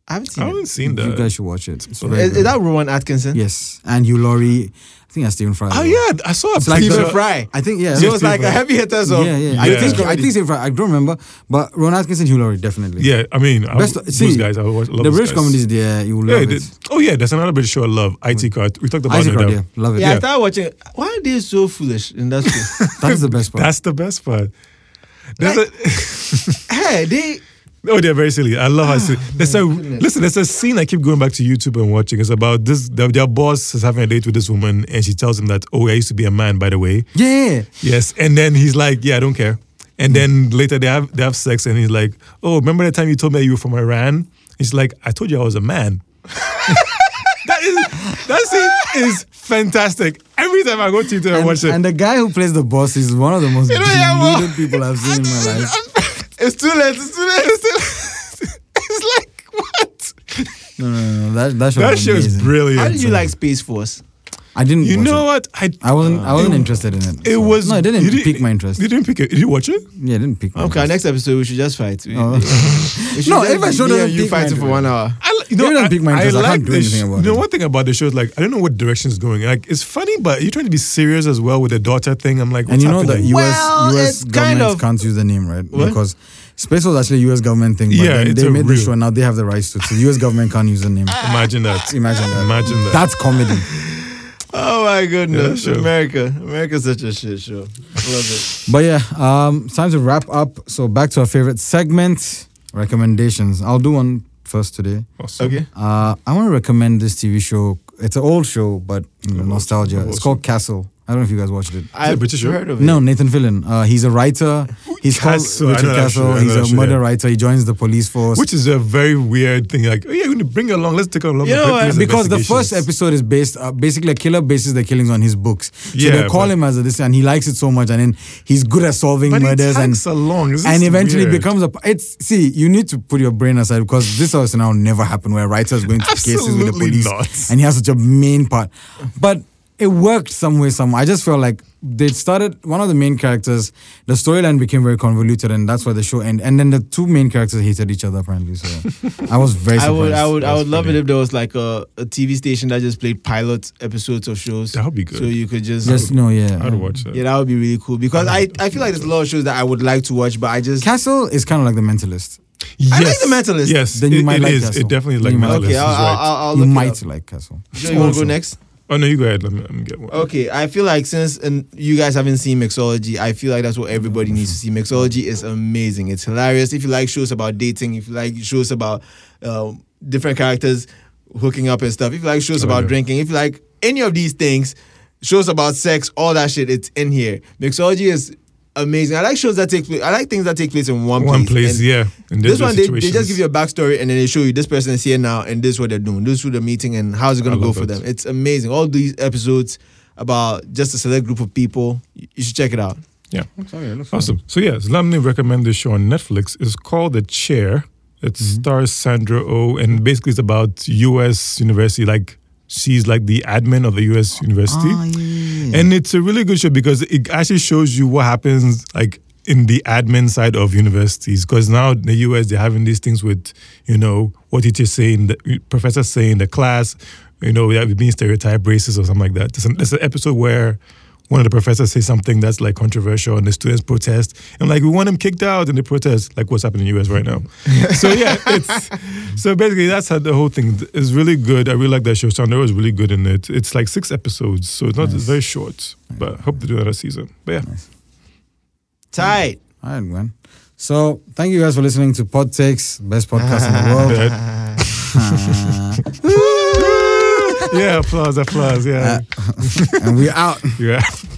C: I haven't seen
B: I
C: it.
B: haven't seen that.
A: You guys should watch it. It's very
C: Is, is
A: good.
C: that Rowan Atkinson?
A: yes, and Hugh Laurie. I think that's Stephen Fry.
B: oh yeah, I saw a
A: like
B: picture.
C: Stephen
A: the-
C: Fry.
A: I think yeah.
C: So it's like
B: Stephen
C: a
B: Fry.
C: heavy hitter. So
A: yeah, yeah.
B: Yeah.
A: I think I think Stephen Fry. I don't remember, but Ron Atkinson, Hugh Laurie, definitely.
B: Yeah, I mean, I,
A: Best,
B: those
A: see,
B: guys. I watch, love
A: the
B: those
A: British
B: guys.
A: comedies there, you will
B: Yeah,
A: love
B: they-
A: it.
B: oh yeah, there's another British show I love. IT Crowd. We talked about
A: Isaac
B: it.
A: Rod,
B: though.
A: yeah, love it.
C: Yeah, I started watching. Why are they so foolish in that show?
A: that's the best part.
B: That's the best part. There's
C: hey, they.
B: a, oh, they're very silly. I
A: Ah,
B: love how silly. There's a listen. There's a scene I keep going back to YouTube and watching. It's about this. Their, their boss is having a date with this woman, and she tells him that, "Oh, I used to be a man, by the way."
A: yeah,
B: Yes, and then he's like, "Yeah, I don't care." And then later they have they have sex, and he's like, "Oh, remember that time you told me you were from Iran?" He's like, "I told you I was a man." that is that scene is fantastic. Every time I go to YouTube and,
A: and, *laughs*
B: watch it,
A: and the guy who plays the boss is one of the most
B: know, yeah, well,
A: deluded people I've seen in my life.
C: It's too late. It's too late. It's too late.
B: it's like what?
A: No, no, no, no, that that show,
B: That
A: was
B: show is
A: amazing.
B: brilliant.
C: How did you like Space Force?
A: I didn't.
B: You
A: watch
B: know
A: it.
B: what? I
A: I wasn't. I wasn't
B: Uh, it-
A: interested in it.
B: It
A: so-
B: was
A: No, it didn't,
B: you
A: pique my interest.
B: You didn't pick it. Did you watch it?
A: yeah, it didn't pique my
C: Okay, our
A: interest.
C: next episode we should just fight. We,
A: Oh.
C: *laughs* we should
A: No,
C: just
A: if I
C: be
A: showed
C: me
A: her
C: and you
A: pick my
C: fighting for
A: interest.
C: one hour.
B: I li- you
A: It didn't pique my interest. I can't do
B: the
A: anything about
B: You know,
A: it.
B: one thing about the show is like I don't know what direction it's going. Like it's funny, but you're trying to be serious as well with the daughter thing. I'm like, what's
A: And you know the
B: happening?
A: US
C: Well,
A: US
C: it's kind
A: government
C: of-
A: can't use the name, right?
C: What?
A: Because space was actually a US government thing, but
B: Yeah,
A: then
B: it's
A: they
B: a
A: made the
B: real-
A: show and now they have the rights to it. So the US government can't use the
B: *laughs*
A: name.
B: Imagine
A: *laughs*
B: that.
A: Imagine that.
B: Imagine that.
A: That's comedy.
C: Oh my goodness,
B: Yeah, sure.
C: America! America's such a shit show. Love it.
A: But yeah, um, it's time to wrap up. So back to our favorite segment, recommendations. I'll do one first today.
B: Awesome.
C: Okay.
A: Uh, I want to recommend this TV show. It's an old show, but you know,
B: Old-
A: nostalgia.
B: old
A: It's called Castle. I don't know if you guys watched it.
C: I've
B: British show?
C: heard of it.
A: No, Nathan Fillion. Uh, he's a writer. He's
B: Castle. I
A: called
B: know
A: Richard
B: that show.
A: Castle.
B: I know
A: He's
B: that
A: a
B: show,
A: murder
B: yeah.
A: writer. He joins the police force.
B: Which is a very weird thing. Like, oh, yeah, you're going to bring along. Let's take along. the
C: You know what?
B: police
A: because the first
B: investigations.
A: episode is based uh, basically a killer bases the killings on his books. So
B: Yeah,
A: they call
B: but-
A: him as a this and he likes it so much and then he's good at solving
B: But it
A: murders and
B: tags along. This
A: and
B: is
A: eventually
B: weird.
A: becomes a it's see you need to put your brain aside because this also now never happened where writers go into cases with the
B: Absolutely
A: police
B: not.
A: and he has such a main part but it worked some way somehow I just felt like they started one of the main characters the storyline became very convoluted and that's why the show ended and then the two main characters hated each other apparently so I was very
C: I
A: surprised
C: would, I would, I
B: That's
C: would love it
B: brilliant.
C: if there was like a, a TV station that just played pilot episodes of shows.
B: That would be good.
C: So you could just,
A: just no yeah
B: I'd watch that.
C: yeah, that would be really cool because I, I feel like there's a lot of shows that I would like to watch, but I just
A: Castle is kind of like The Mentalist.
C: I like
B: Yes.
C: The Mentalist.
B: Yes,
A: Then you
B: it,
A: might
B: it
A: like
B: is.
A: Castle.
B: It definitely is
A: Then
B: like
A: you might
B: Mentalist.
A: like
C: okay.
B: is
C: I'll, I'll,
B: right.
C: I'll, I'll
A: you
C: look it
A: might
C: up.
A: like Castle.
C: Joe, you want to
A: Also.
C: go next?
B: Oh no, you go ahead. Let me, let me get one.
C: Okay, I feel like since and you guys haven't seen Mixology, I feel like that's what everybody needs to see. Mixology is amazing. It's hilarious. If you like shows about dating, if you like shows about um, different characters hooking up and stuff, if you like shows
B: Oh,
C: about
B: yeah.
C: drinking, if you like any of these things, shows about sex, all that shit, it's in here. Mixology is amazing. I like shows that take place. I like things that take place in one,
B: One place,
C: place. And
B: yeah. In
C: This one, they,
B: dangerous
C: they just give you a backstory and then they show you this person is here now and this is what they're doing. This is who they're meeting and how's it going
B: I
C: to go
B: love
C: for
B: it.
C: them. It's amazing. All these episodes about just a select group of people. You you should check it out.
B: situations. Yeah. Awesome. So yes, let me recommend this show on Netflix. It's called The Chair. It stars Sandra O, oh, and basically it's about U.S. university. Like she's like the admin of the U.S. university,
A: Ah, yeah, yeah, yeah.
B: and it's a really good show because it actually shows you what happens like in the admin side of universities. Because now in the U.S. they're having these things with you know what teachers say in the professors say in the class. You know, we have being stereotyped racist or something like that. There's an, there's an episode where one of the professors say something that's like controversial and the students protest and like we want him kicked out and they protest like what's happening in the US right now. so yeah, it's so basically that's how the whole thing is really good. I really like that show. Sandra is really good in it. It's like six episodes, so it's not it's very short. But I hope to do another season. But yeah.
C: Tight.
A: All right, Gwen. So thank you guys for listening to Pod Takes, best podcast in the
B: *laughs*
A: world.
B: That- yeah, applause, applause, yeah.
A: and we're out.
B: yeah.